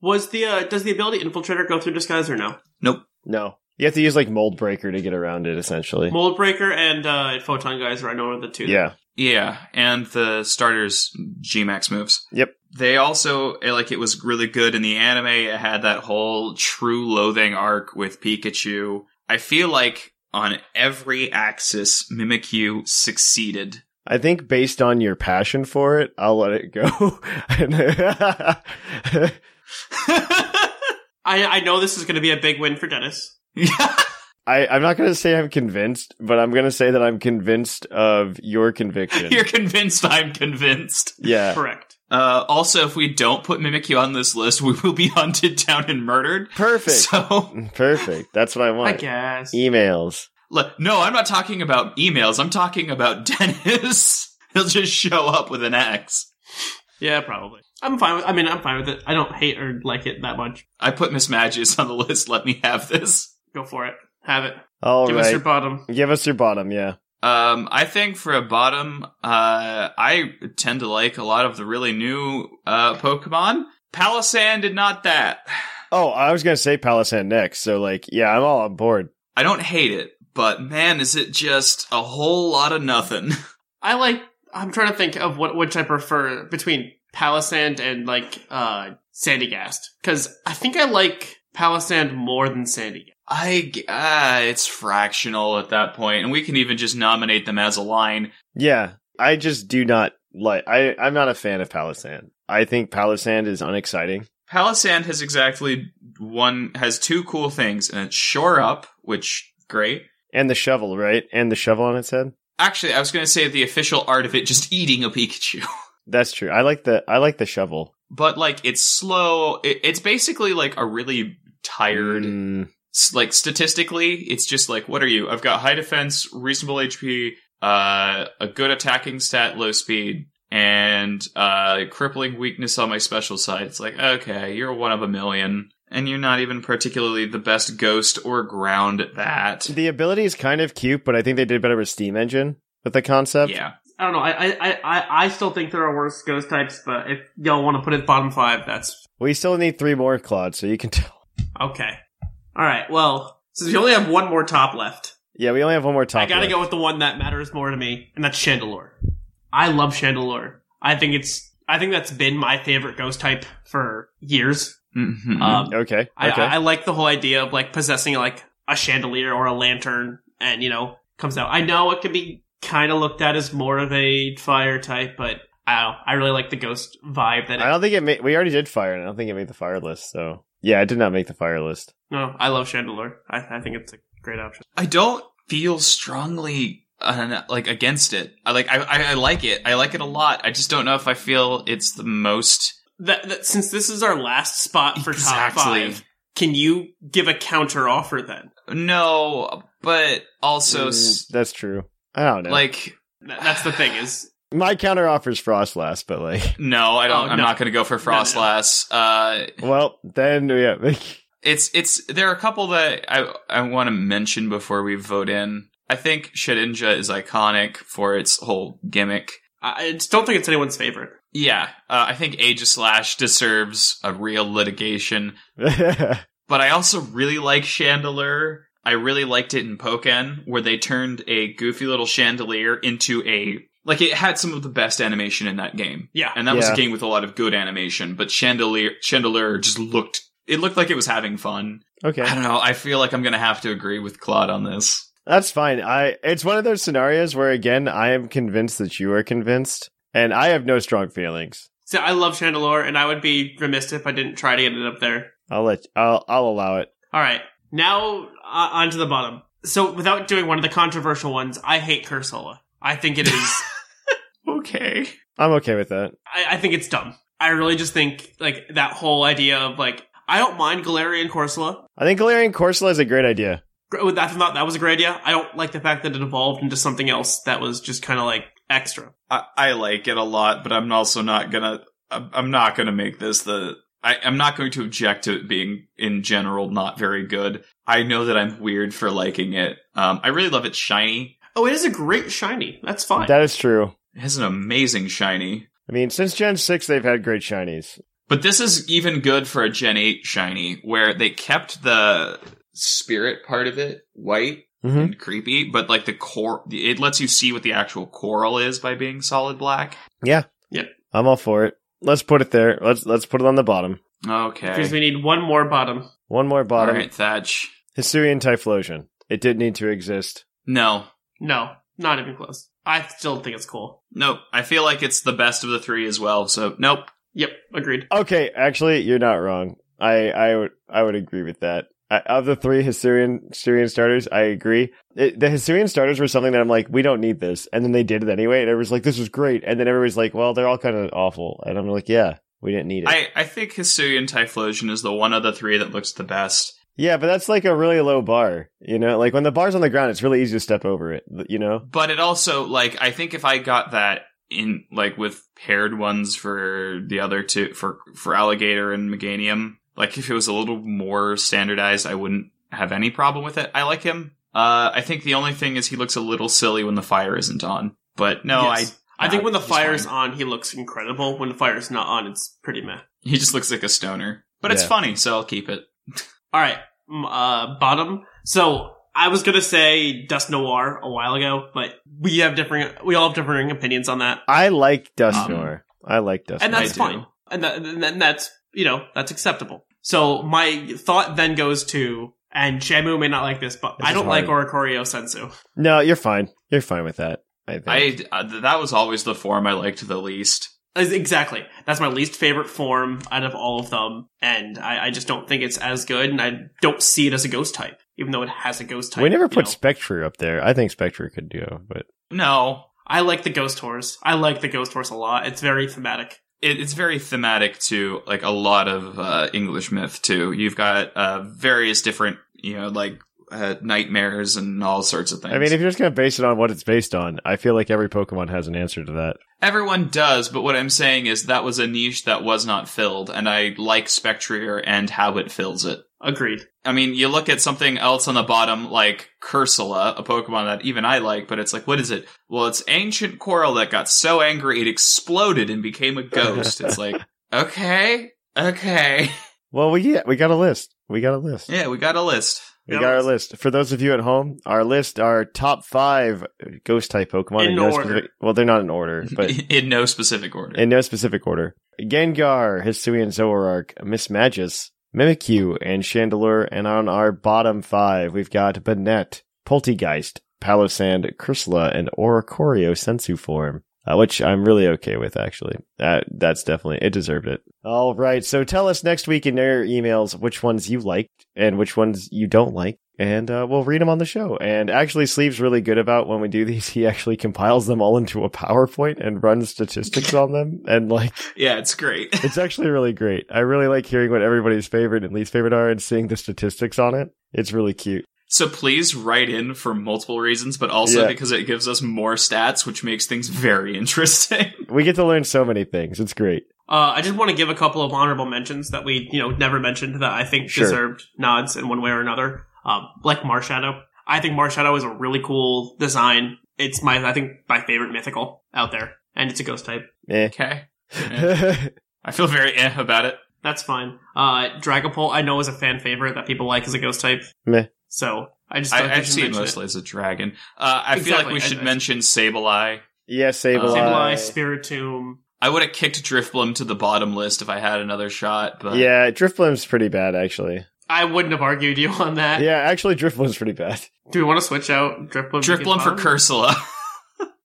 Was the uh, does the ability infiltrator go through disguise or no?
No, you have to use like mold breaker to get around it. Essentially,
Mold breaker and uh, photon geyser. I know are the two.
yeah.
Yeah, and the starters Gmax moves.
Yep.
They also eh, like it was really good in the anime. It had that whole true loathing arc with Pikachu. I feel like on every axis, Mimikyu succeeded.
I think based on your passion for it, I'll let it go. And-
I I know this is going to be a big win for Dennis.
yeah.
I, I'm not going to say I'm convinced, but I'm going to say that I'm convinced of your conviction.
You're convinced. I'm convinced.
yeah.
Correct.
Uh, also, if we don't put Mimikyu on this list, we will be hunted down and murdered.
Perfect.
So,
Perfect. That's what I
I
want.
guess.
Emails.
look, no, I'm not talking about emails. I'm talking about Dennis. He'll just show up with an axe.
Yeah, probably. I'm fine with. I mean, I'm fine with it. I don't hate or like it that much.
I put Miss Magius on the list. Let me have this.
Go for it. Have it.
All
Give
right.
us your bottom.
Give us your bottom. Yeah.
Um, I think for a bottom, uh, I tend to like a lot of the really new uh, Pokemon. Palisand did not that.
Oh, I was going to say Palisand next. So, like, yeah, I'm all on board.
I don't hate it, but man, is it just a whole lot of nothing.
I like. I'm trying to think of what which I prefer between Palisand and like uh Sandygast because I think I like Palisand more than Sandygast.
I g- ah, it's fractional at that point, and we can even just nominate them as a line.
Yeah. I just do not like, I, I'm not a fan of Palisand. I think Palisand is unexciting.
Palisand has exactly one has two cool things, and it's Shore Up, which great,
And the shovel, right? And the shovel on its head.
Actually, I was going to say the official art of it just eating a Pikachu.
That's true. I like the, I like the shovel.
But like it's slow. It, it's basically like a really tired
Mm.
s- like statistically, it's just like what are you? I've got high defense, reasonable HP, uh a good attacking stat, low speed, and uh crippling weakness on my special side. It's like, okay, you're one of a million and you're not even particularly the best ghost or ground at that.
The ability is kind of cute, but I think they did better with Steam Engine with the concept.
Yeah.
I don't know. I I, I- I I still think there are worse ghost types, but if y'all want to put it bottom five, that's
We still need three more Claude, so you can tell.
okay. All right. Well, since we only have one more top left,
Yeah, we only have one more top.
I gotta
left.
go with the one that matters more to me, and that's Chandelure. I love Chandelure. I think it's. I think that's been my favorite ghost type for years.
Mm-hmm.
Mhm.
Um,
Okay. Okay.
I, I, I like the whole idea of like possessing like a chandelier or a lantern, and you know comes out. I know it can be kind of looked at as more of a fire type, but I don't know, I really like the ghost vibe that.
I
It,
don't think it made. We already did fire, and I don't think it made the fire list. So yeah, it did not make the fire list.
no, I love chandelier. I, I think it's a great option.
I don't feel strongly uh, like against it. I like I, I I like it. I like it a lot. I just don't know if I feel it's the most.
That, that since this is our last spot for
Exactly.
top five, can you give a counter offer then?
No, but
Mm,
also s
That's true. I don't know. Like
like
That, that's the thing is
my counter offers Frostlast, but like,
no, I don't.
Oh,
I'm
no.
not going to go for
No, no, no.
Frostlass. Uh,
well, then yeah,
it's it's there are a couple that I I want to mention before we vote in. I think Shedinja is iconic for its whole gimmick.
I I just don't think it's anyone's favorite.
Yeah, uh, I think Age of Slash deserves a real litigation, but I also really like Chandelier. I really liked it in Pokken, where they turned a goofy little chandelier into a like it had some of the best animation in that game.
Yeah.
and that was a
Yeah.
game with a lot of good animation, but Chandelier Chandelier just looked it looked like it was having fun.
okay,
I don't know. I feel like I'm gonna have to agree with Claude on this.
that's fine. I it's one of those scenarios where again I am convinced that you are convinced, and I have no strong feelings.
So I love Chandelure, and I would be remiss if I didn't try to get it up there.
I'll let I'll I'll allow it.
All right, now uh, on to the bottom. So without doing one of the controversial ones, I hate Cursola. I think it is.
Okay.
I'm okay with that.
I, I think it's dumb. I really just think like that whole idea of like I don't mind Galarian Corsola.
I think Galarian Corsola is a great idea.
Gr- with that- I thought that was a great idea. I don't like the fact that it evolved into something else that was just kind of like extra.
I, I like it a lot, but I'm also not gonna. I'm I'm not gonna make this the. I, I'm not going to object to it being in general not very good. I know that I'm weird for liking it. Um, I really love it shiny.
Oh, it is a great shiny. That's fine.
That is true.
It has an amazing shiny.
I mean, since Gen six, they've had great shinies.
But this is even good for a Gen 8 shiny, where they kept the spirit part of it white
Mhm.
and creepy, but like the core, it lets you see what the actual coral is by being solid black.
I'm all for it. Let's put it there. Let's let's put it on the bottom.
Okay.
Because we need one more bottom.
One more
All
bottom.
right, Thatch.
Hisuian Typhlosion. It did need to exist.
No.
No, not even close. I still think it's cool.
Nope. I feel like it's the best of the three as well, so nope.
Yep, agreed.
Okay, actually, you're not wrong. I I would I would agree with that. I, of the three Hisuian Hisuian starters, I agree. It, the Hisuian starters were something that I'm like, we don't need this, and then they did it anyway, and everyone's like, this is great, and then everybody's like, well, they're all kind of awful, and I'm like, yeah, we didn't need it.
I, I think Hisuian Typhlosion is the one of the three that looks the best.
yeah, but that's like a really low bar, you know. Like when the bar's on the ground, it's really easy to step over it, you know.
But it also, like, I think if I got that in, like, with paired ones for the other two, for, for Alligator and Meganium, like, if it was a little more standardized, I wouldn't have any problem with it. I like him. Uh, I think the only thing is he looks a little silly when the fire isn't on. But no, I
Yes. I think
nah,
when the
he's
fire's
fine.
on, he looks incredible. When the fire's not on, it's pretty meh.
He just looks like a stoner. But it's
Yeah.
funny, so I'll keep it.
All right, mm, uh, bottom. So I was gonna say Dust Noir a while ago, but we have different. We all have differing opinions on that,
I like Dust
Um,
Noir. I like Dust.
and
Noir.
that's
do.
fine. And, that, and then that's you know that's acceptable. So my thought then goes to, and Shamu may not like this, but
This
I
is
don't like
hard.
Oricorio Sensu.
no, you're fine. You're fine with that. I think.
I uh, th- that was always the form I liked the least.
As- Exactly, that's my least favorite form out of all of them, and I, I just don't think it's as good, and I don't see it as a ghost type, even though it has a ghost type.
we never
you
put
know.
Spectre up there. I think Spectre could do, but
No,
I like the ghost horse. I like the ghost horse a lot. It's very thematic.
it, it's very thematic to like a lot of uh, English myth too. You've got uh, various different you know like uh, nightmares and all sorts of things.
I mean, if you're just gonna base it on what it's based on, I feel like every Pokemon has an answer to that.
everyone does, but what I'm saying is that was a niche that was not filled, and I like Spectrier and how it fills it.
Agreed.
I mean, you look at something else on the bottom, like Cursula, a Pokemon that even I like, but it's like, what is it? Well, it's ancient coral that got so angry it exploded and became a ghost. it's like, okay, okay.
Well, we yeah, we got a list. We got a list.
Yeah, we got a list.
we got our list. For those of you at home, our list are top five ghost type Pokemon
In
no
order.
specific. Well, they're not in order, but
in no specific order.
in no specific order: Gengar, Hisuian Zoroark, Mismagius, Mimikyu, and Chandelure. And on our bottom five, we've got Banette, Poltegeist, Palosand, Chrysla, and Oricorio Sensu form. Uh, which I'm really okay with, actually. That that's definitely it deserved it. All right, so tell us next week in your emails which ones you liked and which ones you don't like. and uh, we'll read them on the show. And actually, Sleeve's really good about when we do these. He actually compiles them all into a PowerPoint and runs statistics on them. And like,
Yeah, it's great.
it's actually really great. I really like hearing what everybody's favorite and least favorite are, and seeing the statistics on it. It's really cute.
So please write in for multiple reasons, but also
Yeah.
because it gives us more stats, which makes things very interesting.
We get to learn so many things. It's great.
Uh, I did want to give a couple of honorable mentions that we, you know, never mentioned that I think
Sure.
deserved nods in one way or another. Um, like Marshadow. I think Marshadow is a really cool design. It's my, I think, my favorite mythical out there. And it's a ghost type.
Eh.
okay. I feel very eh about it.
That's fine. Uh, Dragapult, I know, is a fan favorite that people like as a ghost type.
Meh.
So, I just don't
I,
think
I've
you
seen
mention it.
mostly as a dragon. Uh, I feel like
Exactly,
we should
I- I-
mention Sableye.
yeah, Sableye.
Sableye, Spiritomb.
I would have kicked Driftblum to the bottom list if I had another shot, but
yeah, Driftblim's pretty bad, actually.
I wouldn't have argued you on that.
Yeah, actually, Driftblim's pretty bad.
Do we want to switch out Driftblum? to
Driftblum for
Gizmon?
Cursula.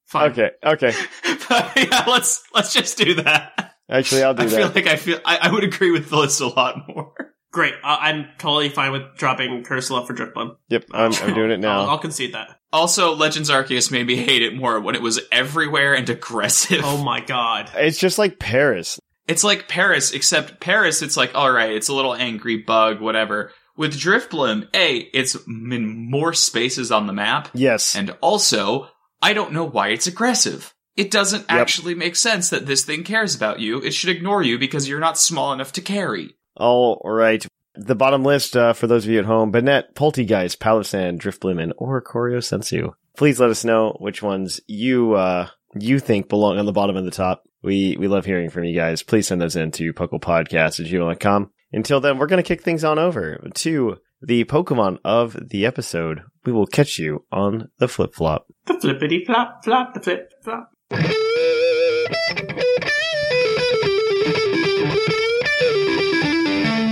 Fine.
Okay, okay.
but yeah, let's let's just do that.
Actually, I'll
I
do
feel
that.
like I feel I, I would agree with the list a lot more.
Great. Uh, I'm totally fine with dropping Cursula for Driftblum.
Yep, I'm, I'm doing it
I'll,
now.
I'll concede that.
Also, Legends Arceus made me hate it more when it was everywhere and aggressive.
Oh my god.
It's just like Paris.
It's like Paris, except Paris, it's like, alright, it's a little angry bug, whatever. With Driftblum, A, it's in more spaces on the map,
Yes.
and also, I don't know why it's aggressive. It doesn't
Yep.
actually make sense that this thing cares about you. It should ignore you because you're not small enough to carry.
All right. The bottom list uh, for those of you at home Bennett, Poltegeist, Palisand, Driftblim, and or Sensu. Please let us know which ones you uh, you think belong on the bottom and the top. We we love hearing from you guys. Please send those in to pucklepodcast at gmail.com. Until then, we're going to kick things on over to the Pokemon of the episode. We will catch you on the flip flop.
The flippity flop, flop, the flip flop.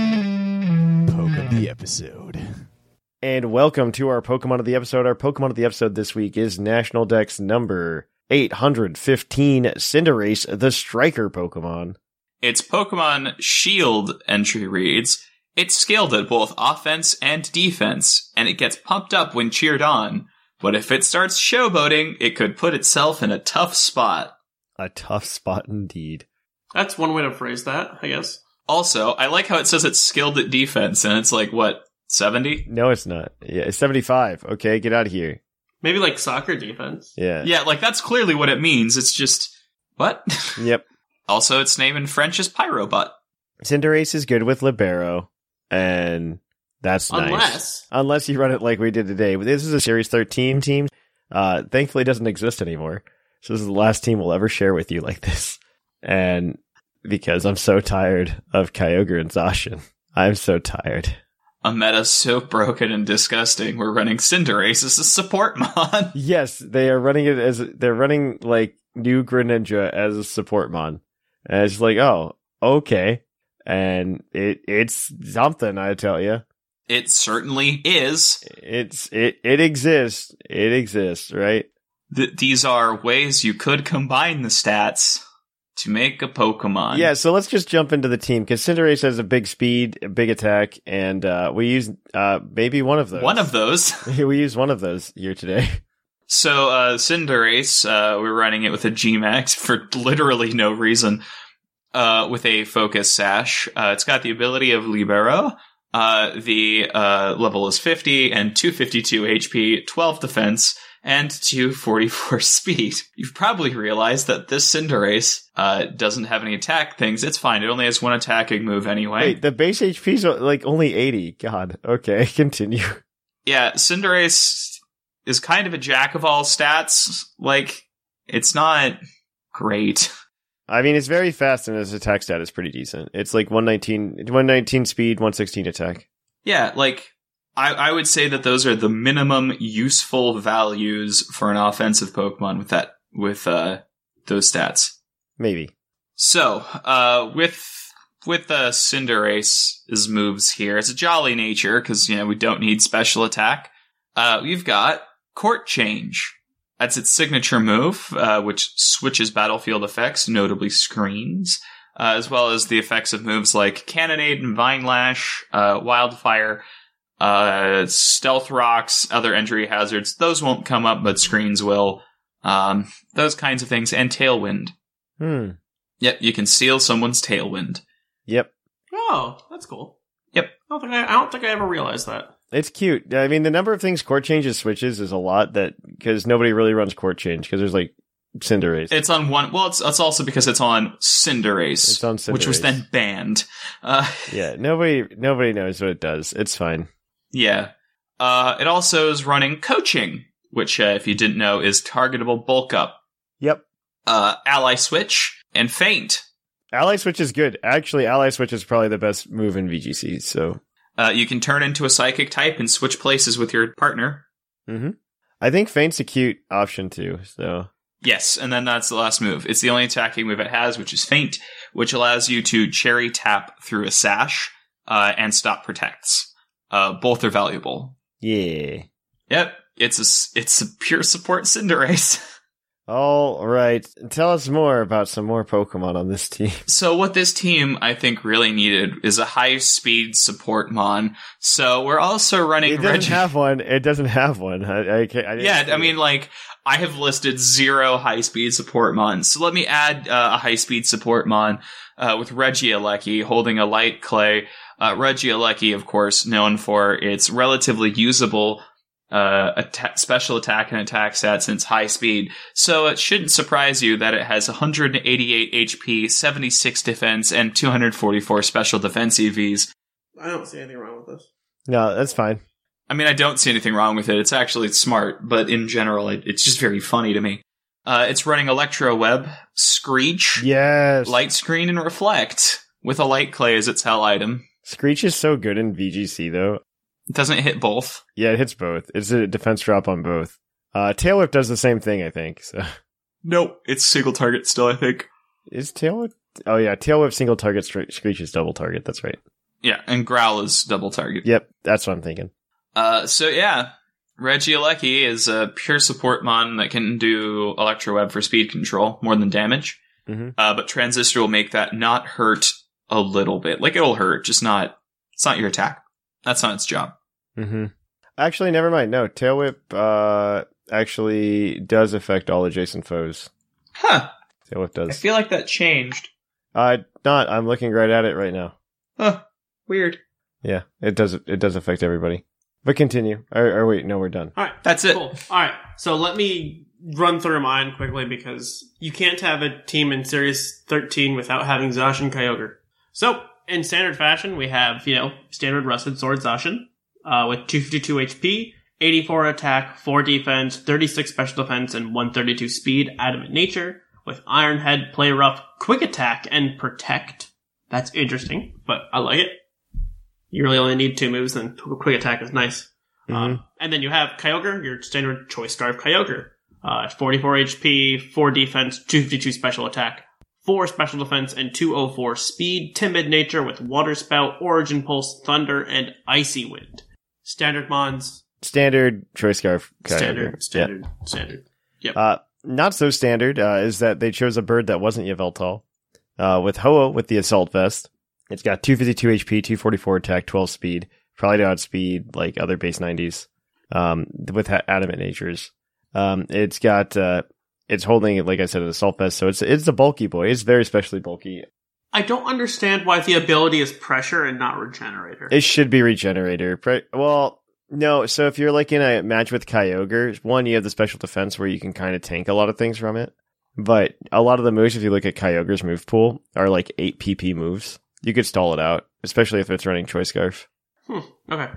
Poke of the episode.
And welcome to our Pokemon of the episode. Our Pokemon of the episode this week is National Dex number 815 Cinderace, the Striker Pokemon.
Its Pokemon Shield entry reads, It's skilled at both offense and defense, and it gets pumped up when cheered on. But if it starts showboating, it could put itself in a tough spot.
A tough spot indeed.
That's one way to phrase that, I guess.
Also, I like how it says it's skilled at defense, and it's like, what, 70?
No, it's not. Yeah, it's 75. Okay, get out of here.
Maybe like soccer defense.
Yeah.
Yeah, like that's clearly what it means. It's just, what?
Yep.
also, its name in French is Pyrobot.
Cinderace is good with Libero, and that's nice.
Unless
Unless you run it like we did today. But This is a Series 13 team. Uh, thankfully, it doesn't exist anymore. So this is the last team we'll ever share with you like this. And because I'm so tired of Kyogre and Zacian. I'm so tired.
A meta so broken and disgusting, we're running Cinderace as a support mon.
Yes, they are running it as they're running like new Greninja as a support mon. And it's like, oh, okay. And it it's something, I tell you.
it certainly is.
It's it it exists. It exists, right?
Th- these are ways you could combine the stats to make a Pokemon.
Yeah, so let's just jump into the team because Cinderace has a big speed, a big attack, and uh, we use uh, maybe one of those.
One of those.
we use one of those here today.
So, uh, Cinderace, uh, we're running it with a Gmax for literally no reason, uh, with a Focus Sash. Uh, it's got the ability of Libero. Uh, the, uh, level is 50 and 252 HP, 12 defense, and 244 speed. You've probably realized that this Cinderace, uh, doesn't have any attack things. It's fine. It only has one attacking move anyway.
Wait, the base HP is like only eighty. God. Okay, continue.
yeah, Cinderace is kind of a jack of all stats. Like, it's not great.
I mean, it's very fast, and his attack stat is pretty decent. It's like 119, 119 speed, one sixteen attack.
Yeah, like, I, I would say that those are the minimum useful values for an offensive Pokemon with that, with, uh, those stats.
Maybe.
So, uh, with, with uh, Cinderace's moves here, it's a jolly nature, because, you know, we don't need special attack. Uh, we've got Court Change. That's its signature move, uh, which switches battlefield effects, notably screens, uh, as well as the effects of moves like Cannonade and Vine Lash, uh, Wildfire, uh, stealth rocks, other entry hazards. Those won't come up, but screens will. Um, those kinds of things, and tailwind.
Hmm.
Yep, you can seal someone's tailwind.
Yep.
Oh, that's cool.
Yep.
I don't think I, I don't think I ever realized that.
It's cute. I mean, the number of things court changes switches is a lot that because nobody really runs court change because there's like Cinder Race.
It's on one. Well, it's, it's also because it's on Cinderace,
It's on
which was
Cinderace.
then banned. Uh,
yeah, nobody nobody knows what it does. It's fine.
yeah. Uh, it also is running coaching, which, uh, if you didn't know, is targetable bulk up,
Yep.
uh, ally switch, and feint.
Ally Switch is good. Actually, Ally Switch is probably the best move in VGC. So
Uh, you can turn into a psychic type and switch places with your partner.
I think Faint's a cute option too. So
Yes, and then that's the last move. It's the only attacking move it has, which is feint, which allows you to cherry tap through a sash uh, and stop protects. Uh, both are valuable.
yeah.
Yep, it's a s- it's a pure support Cinderace.
All right. Tell us more about some more Pokemon on this team.
so what this team I think really needed is a high speed support mon. So we're also running
It doesn't
Regi-
have one. It doesn't have one. I, I, can't, I didn't
Yeah,
see
I
it.
mean, like, I have listed zero high speed support mons. So let me add uh, a high speed support mon uh, with Reggie Alecki holding a light clay. Uh, Reggie Alecki, of course, known for its relatively usable uh, atta- special attack and attack stats and its high speed. So it shouldn't surprise you that it has 188 HP, 76 defense, and 244 special defense E EVs.
I don't see anything wrong with this.
no, that's fine.
I mean, I don't see anything wrong with it. It's actually smart, but in general, it, it's just very funny to me. Uh, it's running Electro Web, Screech,
Yes.
Light Screen, and Reflect with a Light Clay as its hell item.
Screech is so good in VGC though.
It doesn't hit both.
Yeah, it hits both. It's a defense drop on both. Uh, Tail Whip does the same thing, I think. So
Nope, it's single target still, I think.
is Tail Whip? Oh yeah, Tail Whip single target. Scre- Screech is double target. That's right.
Yeah, and Growl is double target.
Yep, that's what I'm thinking.
Uh, so yeah, Reggie Alecki is a pure support mon that can do Electro Web for speed control more than damage.
Mhm.
Uh, but Transistor will make that not hurt a little bit. Like it'll hurt, just not. It's not your attack. That's not its job.
Mm-hmm. Actually, never mind. No, Tail Whip uh, actually does affect all adjacent foes.
Huh.
Tail Whip
I
does.
feel like that changed.
Uh, not. I'm looking right at it right now.
Huh. Weird.
Yeah, it does. It does affect everybody. But continue. Or, or wait, no, we're done.
All right,
That's it.
Cool. All right. So let me run through mine quickly because you can't have a team in Series 13 without having Zash and Kyogre. So in standard fashion, we have, you know, standard Rusted Sword Zashin uh, with 252 HP, 84 attack, 4 defense, 36 special defense, and 132 speed, adamant nature, with Iron Head, Play Rough, Quick Attack, and Protect. That's interesting, but I like it. You really only need two moves, and Quick Attack is nice. Um, and then you have Kyogre, your standard Choice Scarf Kyogre. Uh, 44 HP, 4 defense, 252 special attack, 4 special defense, and 204 speed, timid nature with Water Spout, Origin Pulse, Thunder, and Icy Wind. Standard Mons,
Standard choice scarf. Kyogre.
standard,
Yeah.
standard, standard.
Uh, not so standard uh, is that they chose a bird that wasn't Yveltal. Uh, with Hoa with the assault vest, it's got 252 HP, 244 attack, 12 speed, probably to outspeed like other base 90s. Um, with ha- adamant natures, um, it's got uh, it's holding like I said an assault vest, so it's it's a bulky boy. It's very specially bulky.
I don't understand why the ability is pressure and not regenerator.
It should be regenerator. Pre- well, no. So if you're like in a match with Kyogre, one you have the special defense where you can kind of tank a lot of things from it. But a lot of the moves, if you look at Kyogre's move pool, are like eight PP moves. You could stall it out, especially if it's running Choice Scarf.
Hmm, okay.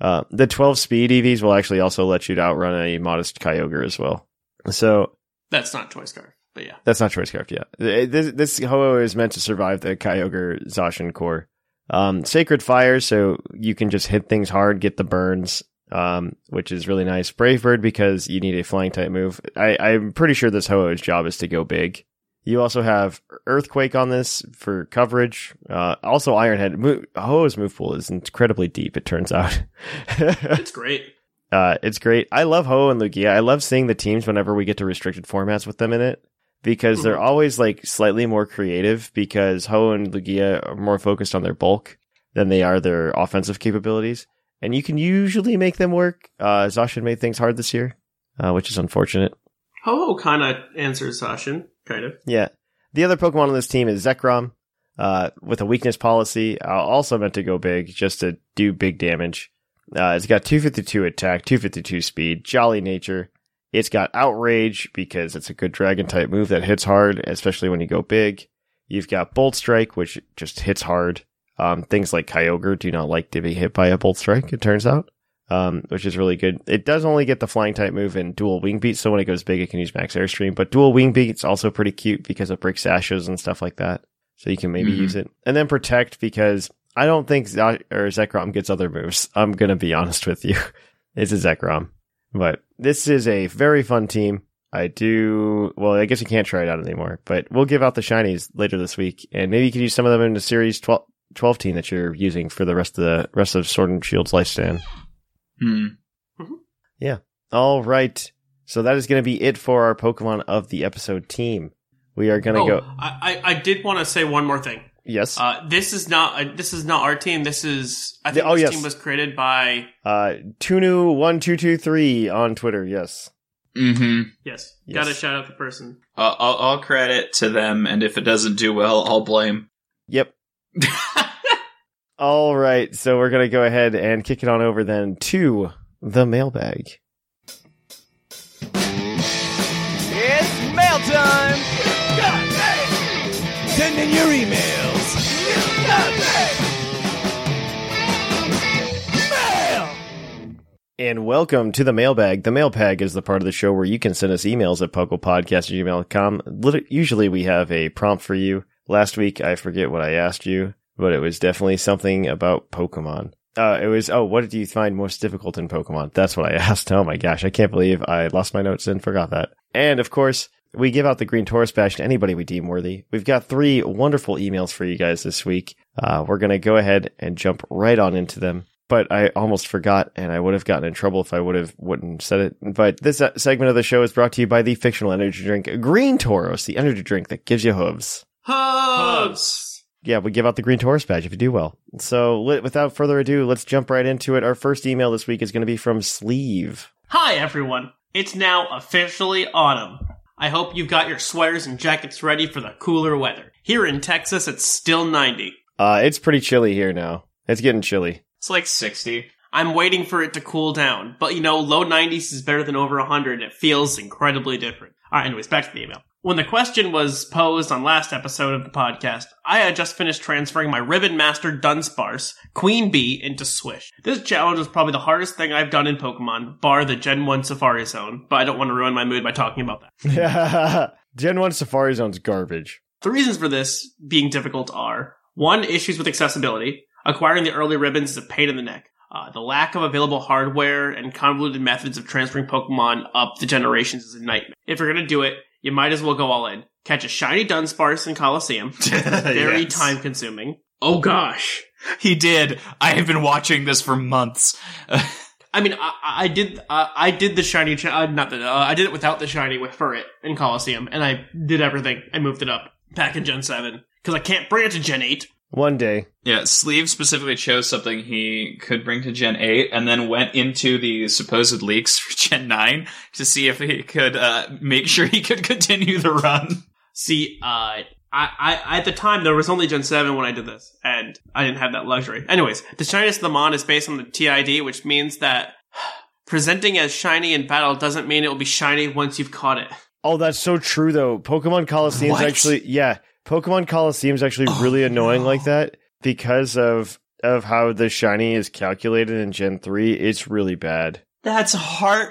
Uh, the 12 speed EVs will actually also let you outrun a modest Kyogre as well. So
That's not Choice Scarf, but yeah.
that's not choice craft yet. eh, This this Ho-Oh is meant to survive the Kyogre Zacian core. Um, Sacred Fire, so you can just hit things hard, get the burns, um, which is really nice. Brave Bird because you need a flying type move. I, I'm pretty sure this Ho-Oh's job is to go big. You also have Earthquake on this for coverage. Uh, also Ironhead. Mo- Ho-Oh's move pool is incredibly deep. It turns out.
It's great.
Uh, it's great. I love Ho and Lugia. I love seeing the teams whenever we get to restricted formats with them in it because they're always like slightly more creative because Ho and Lugia are more focused on their bulk than they are their offensive capabilities. and you can usually make them work. Uh, Zacian made things hard this year, uh, which is unfortunate.
Ho kind of answers Sashin, kind of.
Yeah. The other Pokemon on this team is Zekrom, uh, with a weakness policy. Uh, also meant to go big, just to do big damage. Uh, it's got 252 attack, 252 speed, jolly nature. It's got outrage because it's a good dragon type move that hits hard, especially when you go big. You've got bolt strike, which just hits hard. Um, things like Kyogre do not like to be hit by a bolt strike, it turns out, um, which is really good. It does only get the flying type move and dual wing beat, so when it goes big, it can use max airstream. But dual wing beat's also pretty cute because it breaks sashes and stuff like that, so you can maybe
Mhm.
use it. And then protect because I don't think Z- or Zekrom gets other moves. I'm gonna be honest with you, it's a Zekrom, but this is a very fun team. I do. Well, I guess you can't try it out anymore, but we'll give out the shinies later this week, and maybe you can use some of them in the series 12, 12 team that you're using for the rest of the rest of Sword and Shield's lifespan.
Hmm.
All right, so that is going to be it for our Pokemon of the episode team. We are going to
oh,
go.
I, I, I did want to say one more thing.
Yes, uh,
Uh, this is not uh, this is not our team. This is I think
The- oh,
this
yes.
team was created by
Uh, Tunu one two two three on Twitter. Yes,
Mm-hmm.
yes.
Yes.
Got to shout out the person.
Uh, I'll, I'll credit to them, and if it doesn't do well, I'll blame.
yep. All right, so we're going to go ahead and kick it on over then to the mailbag.
It's mail time! Send in your emails! Mail!
And welcome to the mailbag. The mailbag is the part of the show where you can send us emails at pucklepodcast.gmail.com. Lit- Usually we have a prompt for you. Last week, I forget what I asked you, but it was definitely something about Pokemon. Uh, it was, oh, what did you find most difficult in Pokemon? That's what I asked. Oh my gosh, I can't believe I lost my notes and forgot that. And of course, we give out the Green Taurus Badge to anybody we deem worthy. We've got three wonderful emails for you guys this week. Uh, we're going to go ahead and jump right on into them but I almost forgot, and I would have gotten in trouble if I would have wouldn't said it. But this uh, segment of the show is brought to you by the fictional energy drink Green Tauros, the energy drink that gives you hooves.
Hubs.
Yeah, we give out the Green Taurus badge if you do well. So, li- without further ado, let's jump right into it. Our first email this week is going to be from Sleeve.
Hi everyone. It's now officially autumn. I hope you've got your sweaters and jackets ready for the cooler weather. Here in Texas, it's still 90.
Uh, it's pretty chilly here now. It's getting chilly.
It's like sixty.
I'm waiting for it to cool down, but you know, low 90s is better than over 100. It feels incredibly different. All right, anyways, back to the email. When the question was posed on last episode of the podcast, I had just finished transferring my Ribbon Master Dunsparce, Queen Bee, into Swish. This challenge was probably the hardest thing I've done in Pokemon, bar the Gen 1 Safari Zone, but I don't want to ruin my mood by talking about that.
Gen 1 Safari Zone's garbage.
The reasons for this being difficult are one, issues with accessibility. Acquiring the early ribbons is a pain in the neck. Uh, the lack of available hardware and convoluted methods of transferring Pokemon up the generations is a nightmare. If you're going to do it, you might as well go all in. Catch a shiny Dunsparce in Coliseum. Very
Yes.
time consuming. Oh gosh.
He did. I have been watching this for months.
I mean, I, I did, uh, I did the shiny, ch- uh, not the, uh, I did it without the shiny with Furret in Coliseum, and I did everything. I moved it up back in Gen 7, because I can't bring it to Gen 8.
One day.
Yeah, Sleeve specifically chose something he could bring to Gen 8 and then went into the supposed leaks for Gen 9 to see if he could uh, make sure he could continue the run.
See, uh, I, I at the time there was only Gen Seven when I did this, and I didn't have that luxury. Anyways, the shininess of the Mon is based on the TID, which means that presenting as shiny in battle doesn't mean it will be shiny once you've caught it.
Oh, that's so true though. Pokemon Coliseum's
What?
actually yeah. Pokemon Coliseum's actually really annoying like that because of of how the shiny is calculated in Gen 3. It's really bad.
That's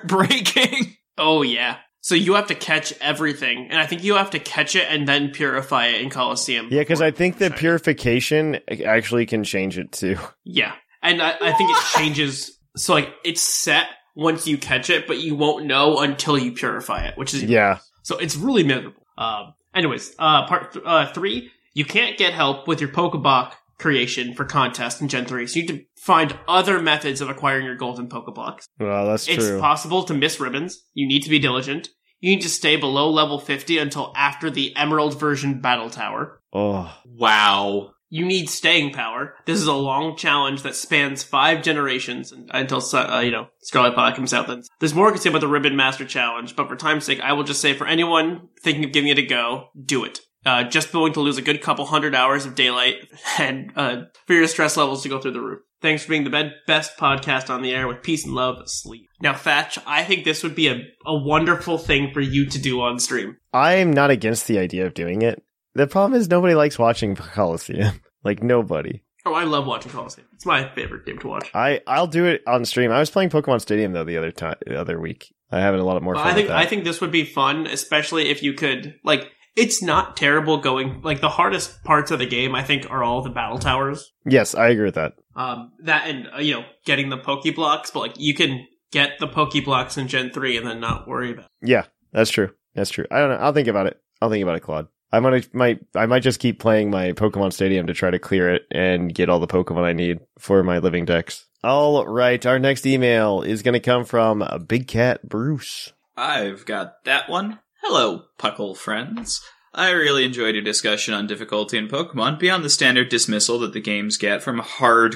heartbreaking.
Oh yeah. So you have to catch everything, and I think you have to catch it and then purify it in Coliseum.
Yeah, because
before
I
it
think the
becomes shiny.
purification eh, actually can change it too.
Yeah, and I, I think it changes. So like it's set once you catch it, but you won't know until you purify it, which is
Yeah.
So it's really miserable. Um, anyways, uh, part th- uh, three, you can't get help with your Pokeblock creation for contest in Gen 3, so you need to find other methods of acquiring your golden Pokeblocks.
Well, that's
It's
true.
possible to miss ribbons. You need to be diligent. You need to stay below level 50 until after the Emerald version Battle Tower.
oh.
Wow.
You need staying power. This is a long challenge that spans five generations and- until Su- uh, you know Scarlet Pod comes out. Then there's more I can say about the Ribbon Master Challenge, but for time's sake, I will just say for anyone thinking of giving it a go, do it. Uh, just going to lose a good couple hundred hours of daylight and uh, for your stress levels to go through the roof. Thanks for being the bed- best podcast on the air with peace and love, sleep. Now, Thatch, I think this would be a, a wonderful thing for you to do on stream.
I'm not against the idea of doing it. The problem is nobody likes watching Coliseum. Like nobody.
Oh, I love watching Coliseum. It's my favorite game to watch.
I I'll do it on stream. I was playing Pokemon Stadium though the other time the other week. I having a lot more
Well,
fun.
I
with
think
that.
I think this would be fun, especially if you could like. It's not terrible going like the hardest parts of the game. I think are all the battle towers.
yes, I agree with that.
Um, that and uh, you know getting the Pokeblocks, but like you can get the Pokeblocks in Gen three and then not worry about. it.
Yeah, that's true. That's true. I don't know. I'll think about it. I'll think about it, Claude. I might might I might just keep playing my Pokemon Stadium to try to clear it and get all the Pokemon I need for my living decks. All right, our next email is going to come from uh, Big Cat Bruce.
I've got that one. Hello, Puckle friends. I really enjoyed your discussion on difficulty in Pokemon beyond the standard dismissal that the games get from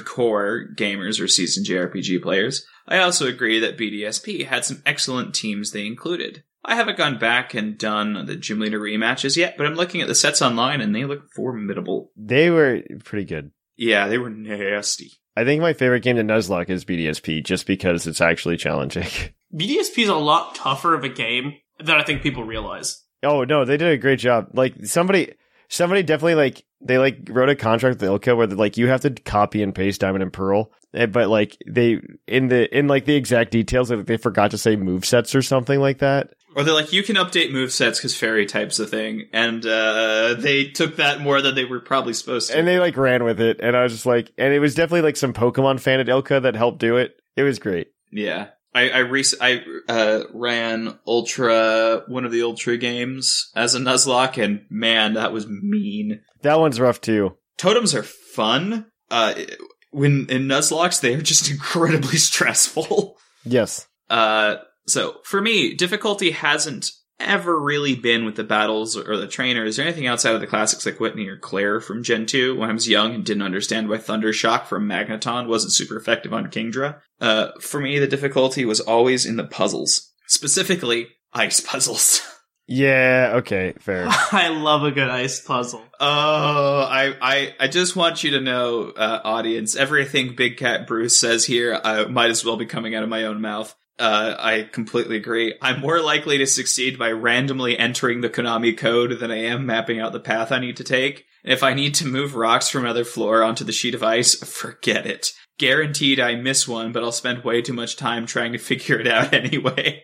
hardcore gamers or seasoned JRPG players. I also agree that BDSP had some excellent teams they included. I haven't gone back and done the gym leader rematches yet, but I'm looking at the sets online and they look formidable.
They were pretty good.
Yeah, they were nasty.
I think my favorite game to Nuzlocke is BDSP just because it's actually challenging.
BDSP is a lot tougher of a game than I think people realize.
oh no, they did a great job. Like somebody somebody definitely like they like wrote a contract with Ilka where they're like you have to copy and paste Diamond and Pearl. eh, But like they in the in like the exact details like, they forgot to say move sets or something like that.
Or they're like, you can update movesets because fairy type's a thing. And uh, they took that more than they were probably supposed to.
And they like ran with it and I was just like and it was definitely like some Pokemon fan at Ilka that helped do it. It was great.
Yeah. I I, rec- I uh, ran Ultra one of the Ultra games as a Nuzlocke, and man, that was mean.
That one's rough too.
Totems are fun. Uh, when in Nuzlocks, they are just incredibly stressful.
Yes.
Uh, so for me, difficulty hasn't ever really been with the battles or the trainers or anything outside of the classics like Whitney or Claire from Gen 2 when I was young and didn't understand why Thunder Shock from Magneton wasn't super effective on Kingdra. Uh, for me, the difficulty was always in the puzzles, specifically ice puzzles.
Yeah, okay, fair.
I love a good ice puzzle.
Oh, I, I, I just want you to know, uh, audience, everything Big Cat Bruce says here uh, might as well be coming out of my own mouth. Uh, I completely agree. I'm more likely to succeed by randomly entering the Konami code than I am mapping out the path I need to take. And if I need to move rocks from another floor onto the sheet of ice, forget it. Guaranteed I miss one, but I'll spend way too much time trying to figure it out anyway.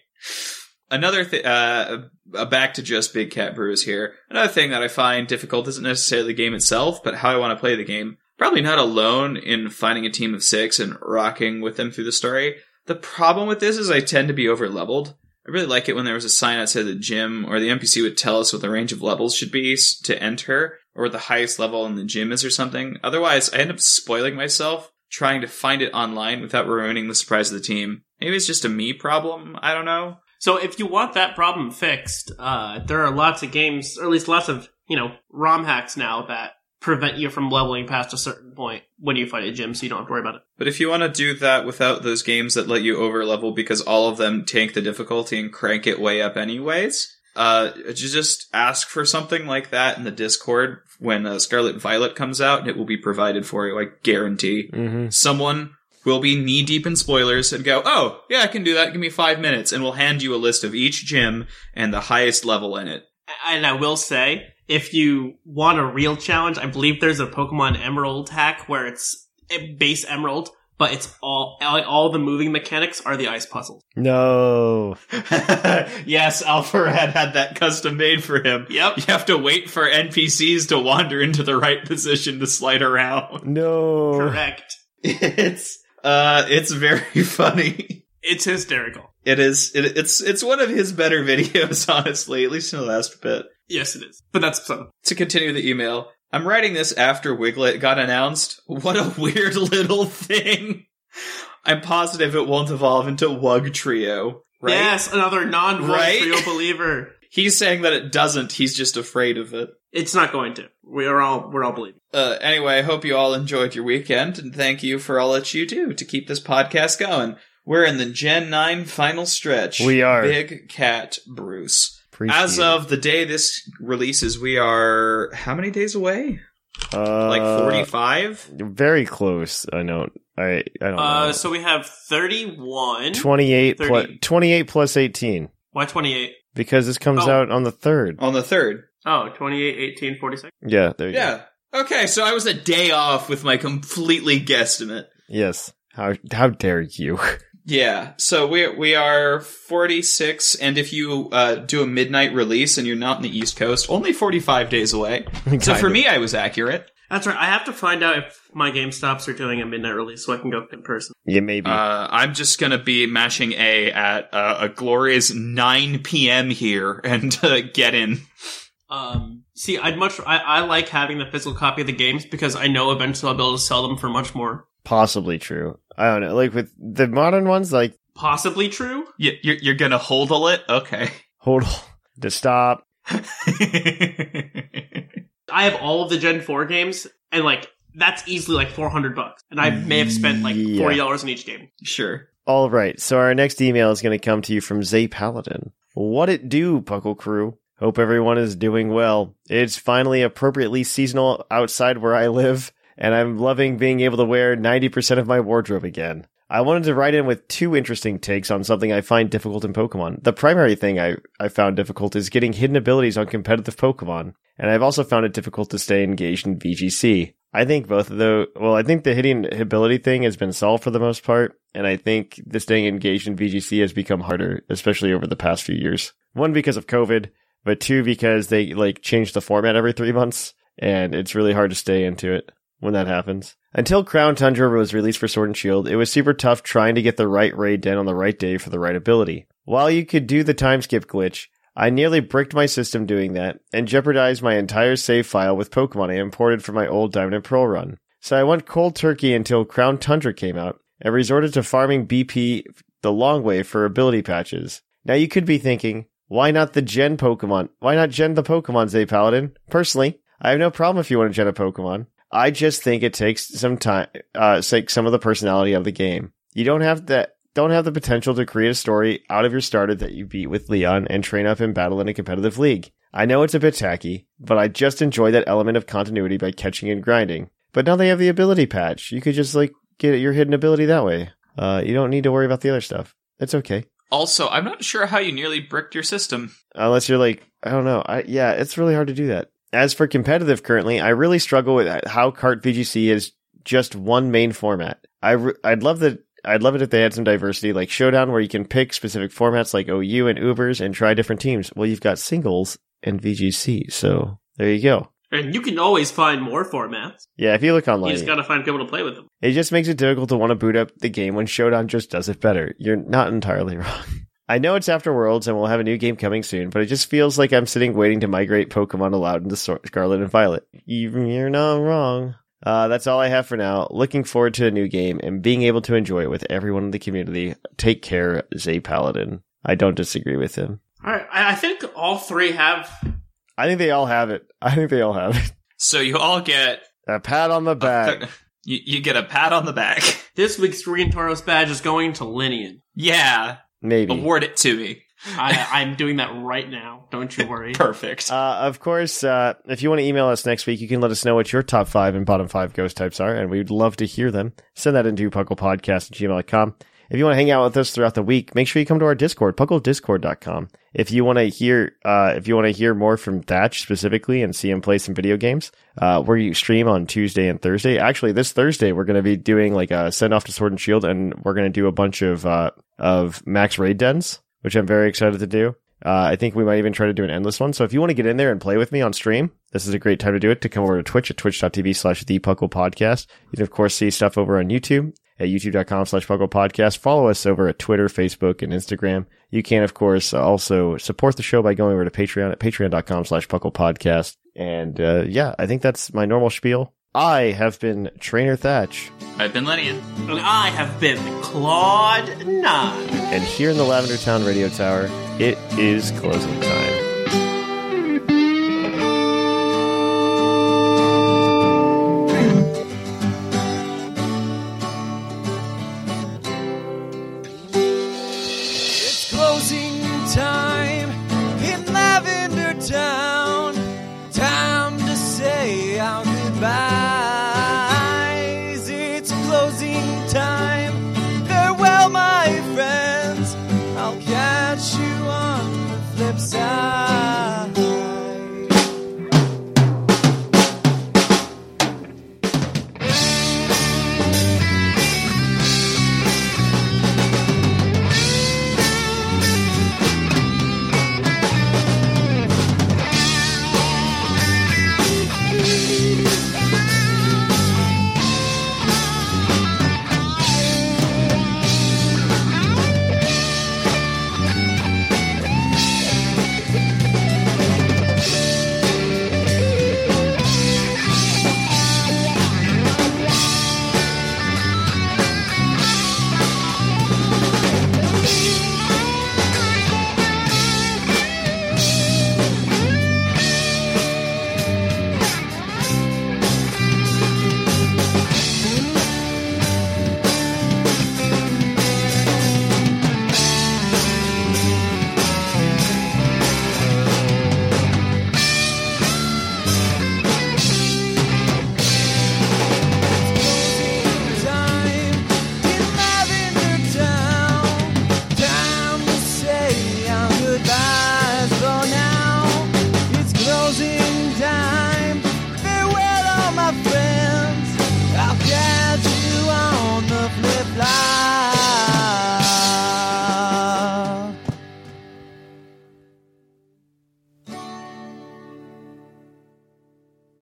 Another thing, uh, uh, back to just Big Cat Brews here. Another thing that I find difficult isn't necessarily the game itself, but how I want to play the game. Probably not alone in finding a team of six and rocking with them through the story. The problem with this is I tend to be over leveled. I really like it when there was a sign outside the gym, or the NPC would tell us what the range of levels should be s- to enter, or what the highest level in the gym is, or something. Otherwise, I end up spoiling myself trying to find it online without ruining the surprise of the team. Maybe it's just a me problem. I don't know.
So if you want that problem fixed, uh, there are lots of games, or at least lots of you know ROM hacks now that prevent you from leveling past a certain point when you fight a gym, so you don't have to worry about it.
But if you want to do that without those games that let you over level because all of them tank the difficulty and crank it way up anyways, uh, you just ask for something like that in the Discord when uh, Scarlet Violet comes out, and it will be provided for you. I guarantee.
Mhm.
Someone will be knee deep in spoilers and go, "Oh yeah, I can do that. Give me five minutes," and we'll hand you a list of each gym and the highest level in it.
And I will say, if you want a real challenge, I believe there's a Pokemon Emerald hack where it's a base Emerald, but it's all all all the moving mechanics are the ice puzzles.
No.
yes, Alpharad had that custom made for him.
Yep.
You have to wait for NPCs to wander into the right position to slide around.
No.
Correct.
It's uh it's very funny.
It's hysterical.
It is it, it's it's one of his better videos, honestly, at least in the last bit.
Yes, it is. But that's so.
To continue the email, I'm writing this after Wiglet got announced. What a weird little thing. I'm positive it won't evolve into Wug Trio, right?
Yes, another non-voice
Right?
real believer.
He's saying that it doesn't, he's just afraid of it.
It's not going to. We are all we're all believing.
Uh, anyway, I hope you all enjoyed your weekend, and thank you for all that you do to keep this podcast going. We're in the Gen 9 final stretch.
We are.
Big Cat Bruce.
Appreciate
As of the day this releases, we are how many days away?
it. Uh,
Like 45?
Very close. I know. I I don't know.
Uh, so we have thirty-one.
28 plus
30.
28 plus 18
Why twenty-eight?
because this comes
Oh.
out on the 3rd.
On the 3rd.
Oh, 28, 18, 46.
Yeah, there you go.
Yeah. Okay, so I was a day off with my completely guesstimate.
Yes. How how dare you?
Yeah, so we we are 46, and if you uh, do a midnight release and you're not in the East Coast, only 45 days away. so
Kind
for
of.
me, I was accurate.
That's right. I have to find out if my GameStops are doing a midnight release so I can go in person.
yeah, maybe.
Uh, I'm just gonna be mashing A at uh, a glorious 9 p.m. here and uh, get in.
Um, see, I'd much I, I like having the physical copy of the games because I know eventually I'll be able to sell them for much more.
Possibly true. I don't know. Like with the modern ones, like
Possibly true.
You, you're, you're gonna hodl it, okay?
hold on to stop.
I have all of the Gen Four games, and like that's easily like four hundred bucks, and I may have spent like
Yeah.
forty dollars on each game.
sure.
All right. So our next email is going to come to you from Zay Paladin. What it do, Puckle Crew? Hope everyone is doing well. It's finally appropriately seasonal outside where I live, and I'm loving being able to wear 90% of my wardrobe again. I wanted to write in with two interesting takes on something I find difficult in Pokemon. The primary thing I, I found difficult is getting hidden abilities on competitive Pokemon, and I've also found it difficult to stay engaged in VGC. I think both of the well, I think the hidden ability thing has been solved for the most part, and I think the staying engaged in VGC has become harder, especially over the past few years. One because of COVID, but two because they like change the format every three months, and it's really hard to stay into it when that happens. Until Crown Tundra was released for Sword and Shield, it was super tough trying to get the right raid in on the right day for the right ability. While you could do the time skip glitch, I nearly bricked my system doing that and jeopardized my entire save file with Pokemon I imported from my old Diamond and Pearl run. So I went cold turkey until Crown Tundra came out and resorted to farming BP the long way for ability patches. Now you could be thinking, why not the gen Pokemon? Why not gen the Pokemon, Zay Paladin? Personally, I have no problem if you want to gen a Pokemon. I just think it takes some time, uh, take some of the personality out of the game. You don't have that, don't have the potential to create a story out of your starter that you beat with Leon and train up in battle in a competitive league. I know it's a bit tacky, but I just enjoy that element of continuity by catching and grinding. But now they have the ability patch. You could just like get your hidden ability that way. Uh, you don't need to worry about the other stuff. It's okay.
Also, I'm not sure how you nearly bricked your system.
unless you're like i don't know i yeah it's really hard to do that as for competitive currently i really struggle with how cart vgc is just one main format i re- i'd love that I'd love it if they had some diversity, like Showdown, where you can pick specific formats like OU and Ubers and try different teams. Well, you've got singles and VGC, so there you go.
And you can always find more formats.
Yeah, if you look online,
You just got to find people to play with them.
it just makes it difficult to want to boot up the game when Showdown just does it better. You're not entirely wrong. I know it's after Worlds and we'll have a new game coming soon, but it just feels like I'm sitting waiting to migrate Pokemon Aloud into Sor- Scarlet and Violet. Even you're not wrong. Uh, that's all I have for now. Looking forward to a new game and being able to enjoy it with everyone in the community. Take care, Zay Paladin. I don't disagree with him.
All right, I, I think all three have.
I think they all have it. I think they all have it.
So you all get
A pat on the back.
you, you get a pat on the back.
This week's Green Tauros badge is going to Linian.
Yeah,
Maybe.
award it to me.
I, I'm doing that right now. Don't you worry.
Perfect.
Uh, of course, uh, if you want to email us next week, you can let us know what your top five and bottom five ghost types are, and we'd love to hear them. Send that into pucklepodcast at gmail.com. If you want to hang out with us throughout the week, make sure you come to our Discord, pucklediscord.com. If you want to hear, uh, if you want to hear more from Thatch specifically and see him play some video games, uh, we stream on Tuesday and Thursday. Actually, this Thursday we're going to be doing like a send off to Sword and Shield, and we're going to do a bunch of uh, of max raid dens, which I'm very excited to do. Uh, I think we might even try to do an endless one. So if you want to get in there and play with me on stream, this is a great time to do it. To come over to Twitch at twitch.tv slash the Puckle Podcast. You can, of course, see stuff over on YouTube at youtube.com slash Puckle Podcast. Follow us over at Twitter, Facebook, and Instagram. You can, of course, also support the show by going over to Patreon at patreon.com slash Puckle Podcast. And uh, yeah, I think that's my normal spiel. I have been Trainer Thatch,
I've been Lenian.
and I have been Claude Nine.
and here in the Lavender Town Radio Tower, it is closing time.
side.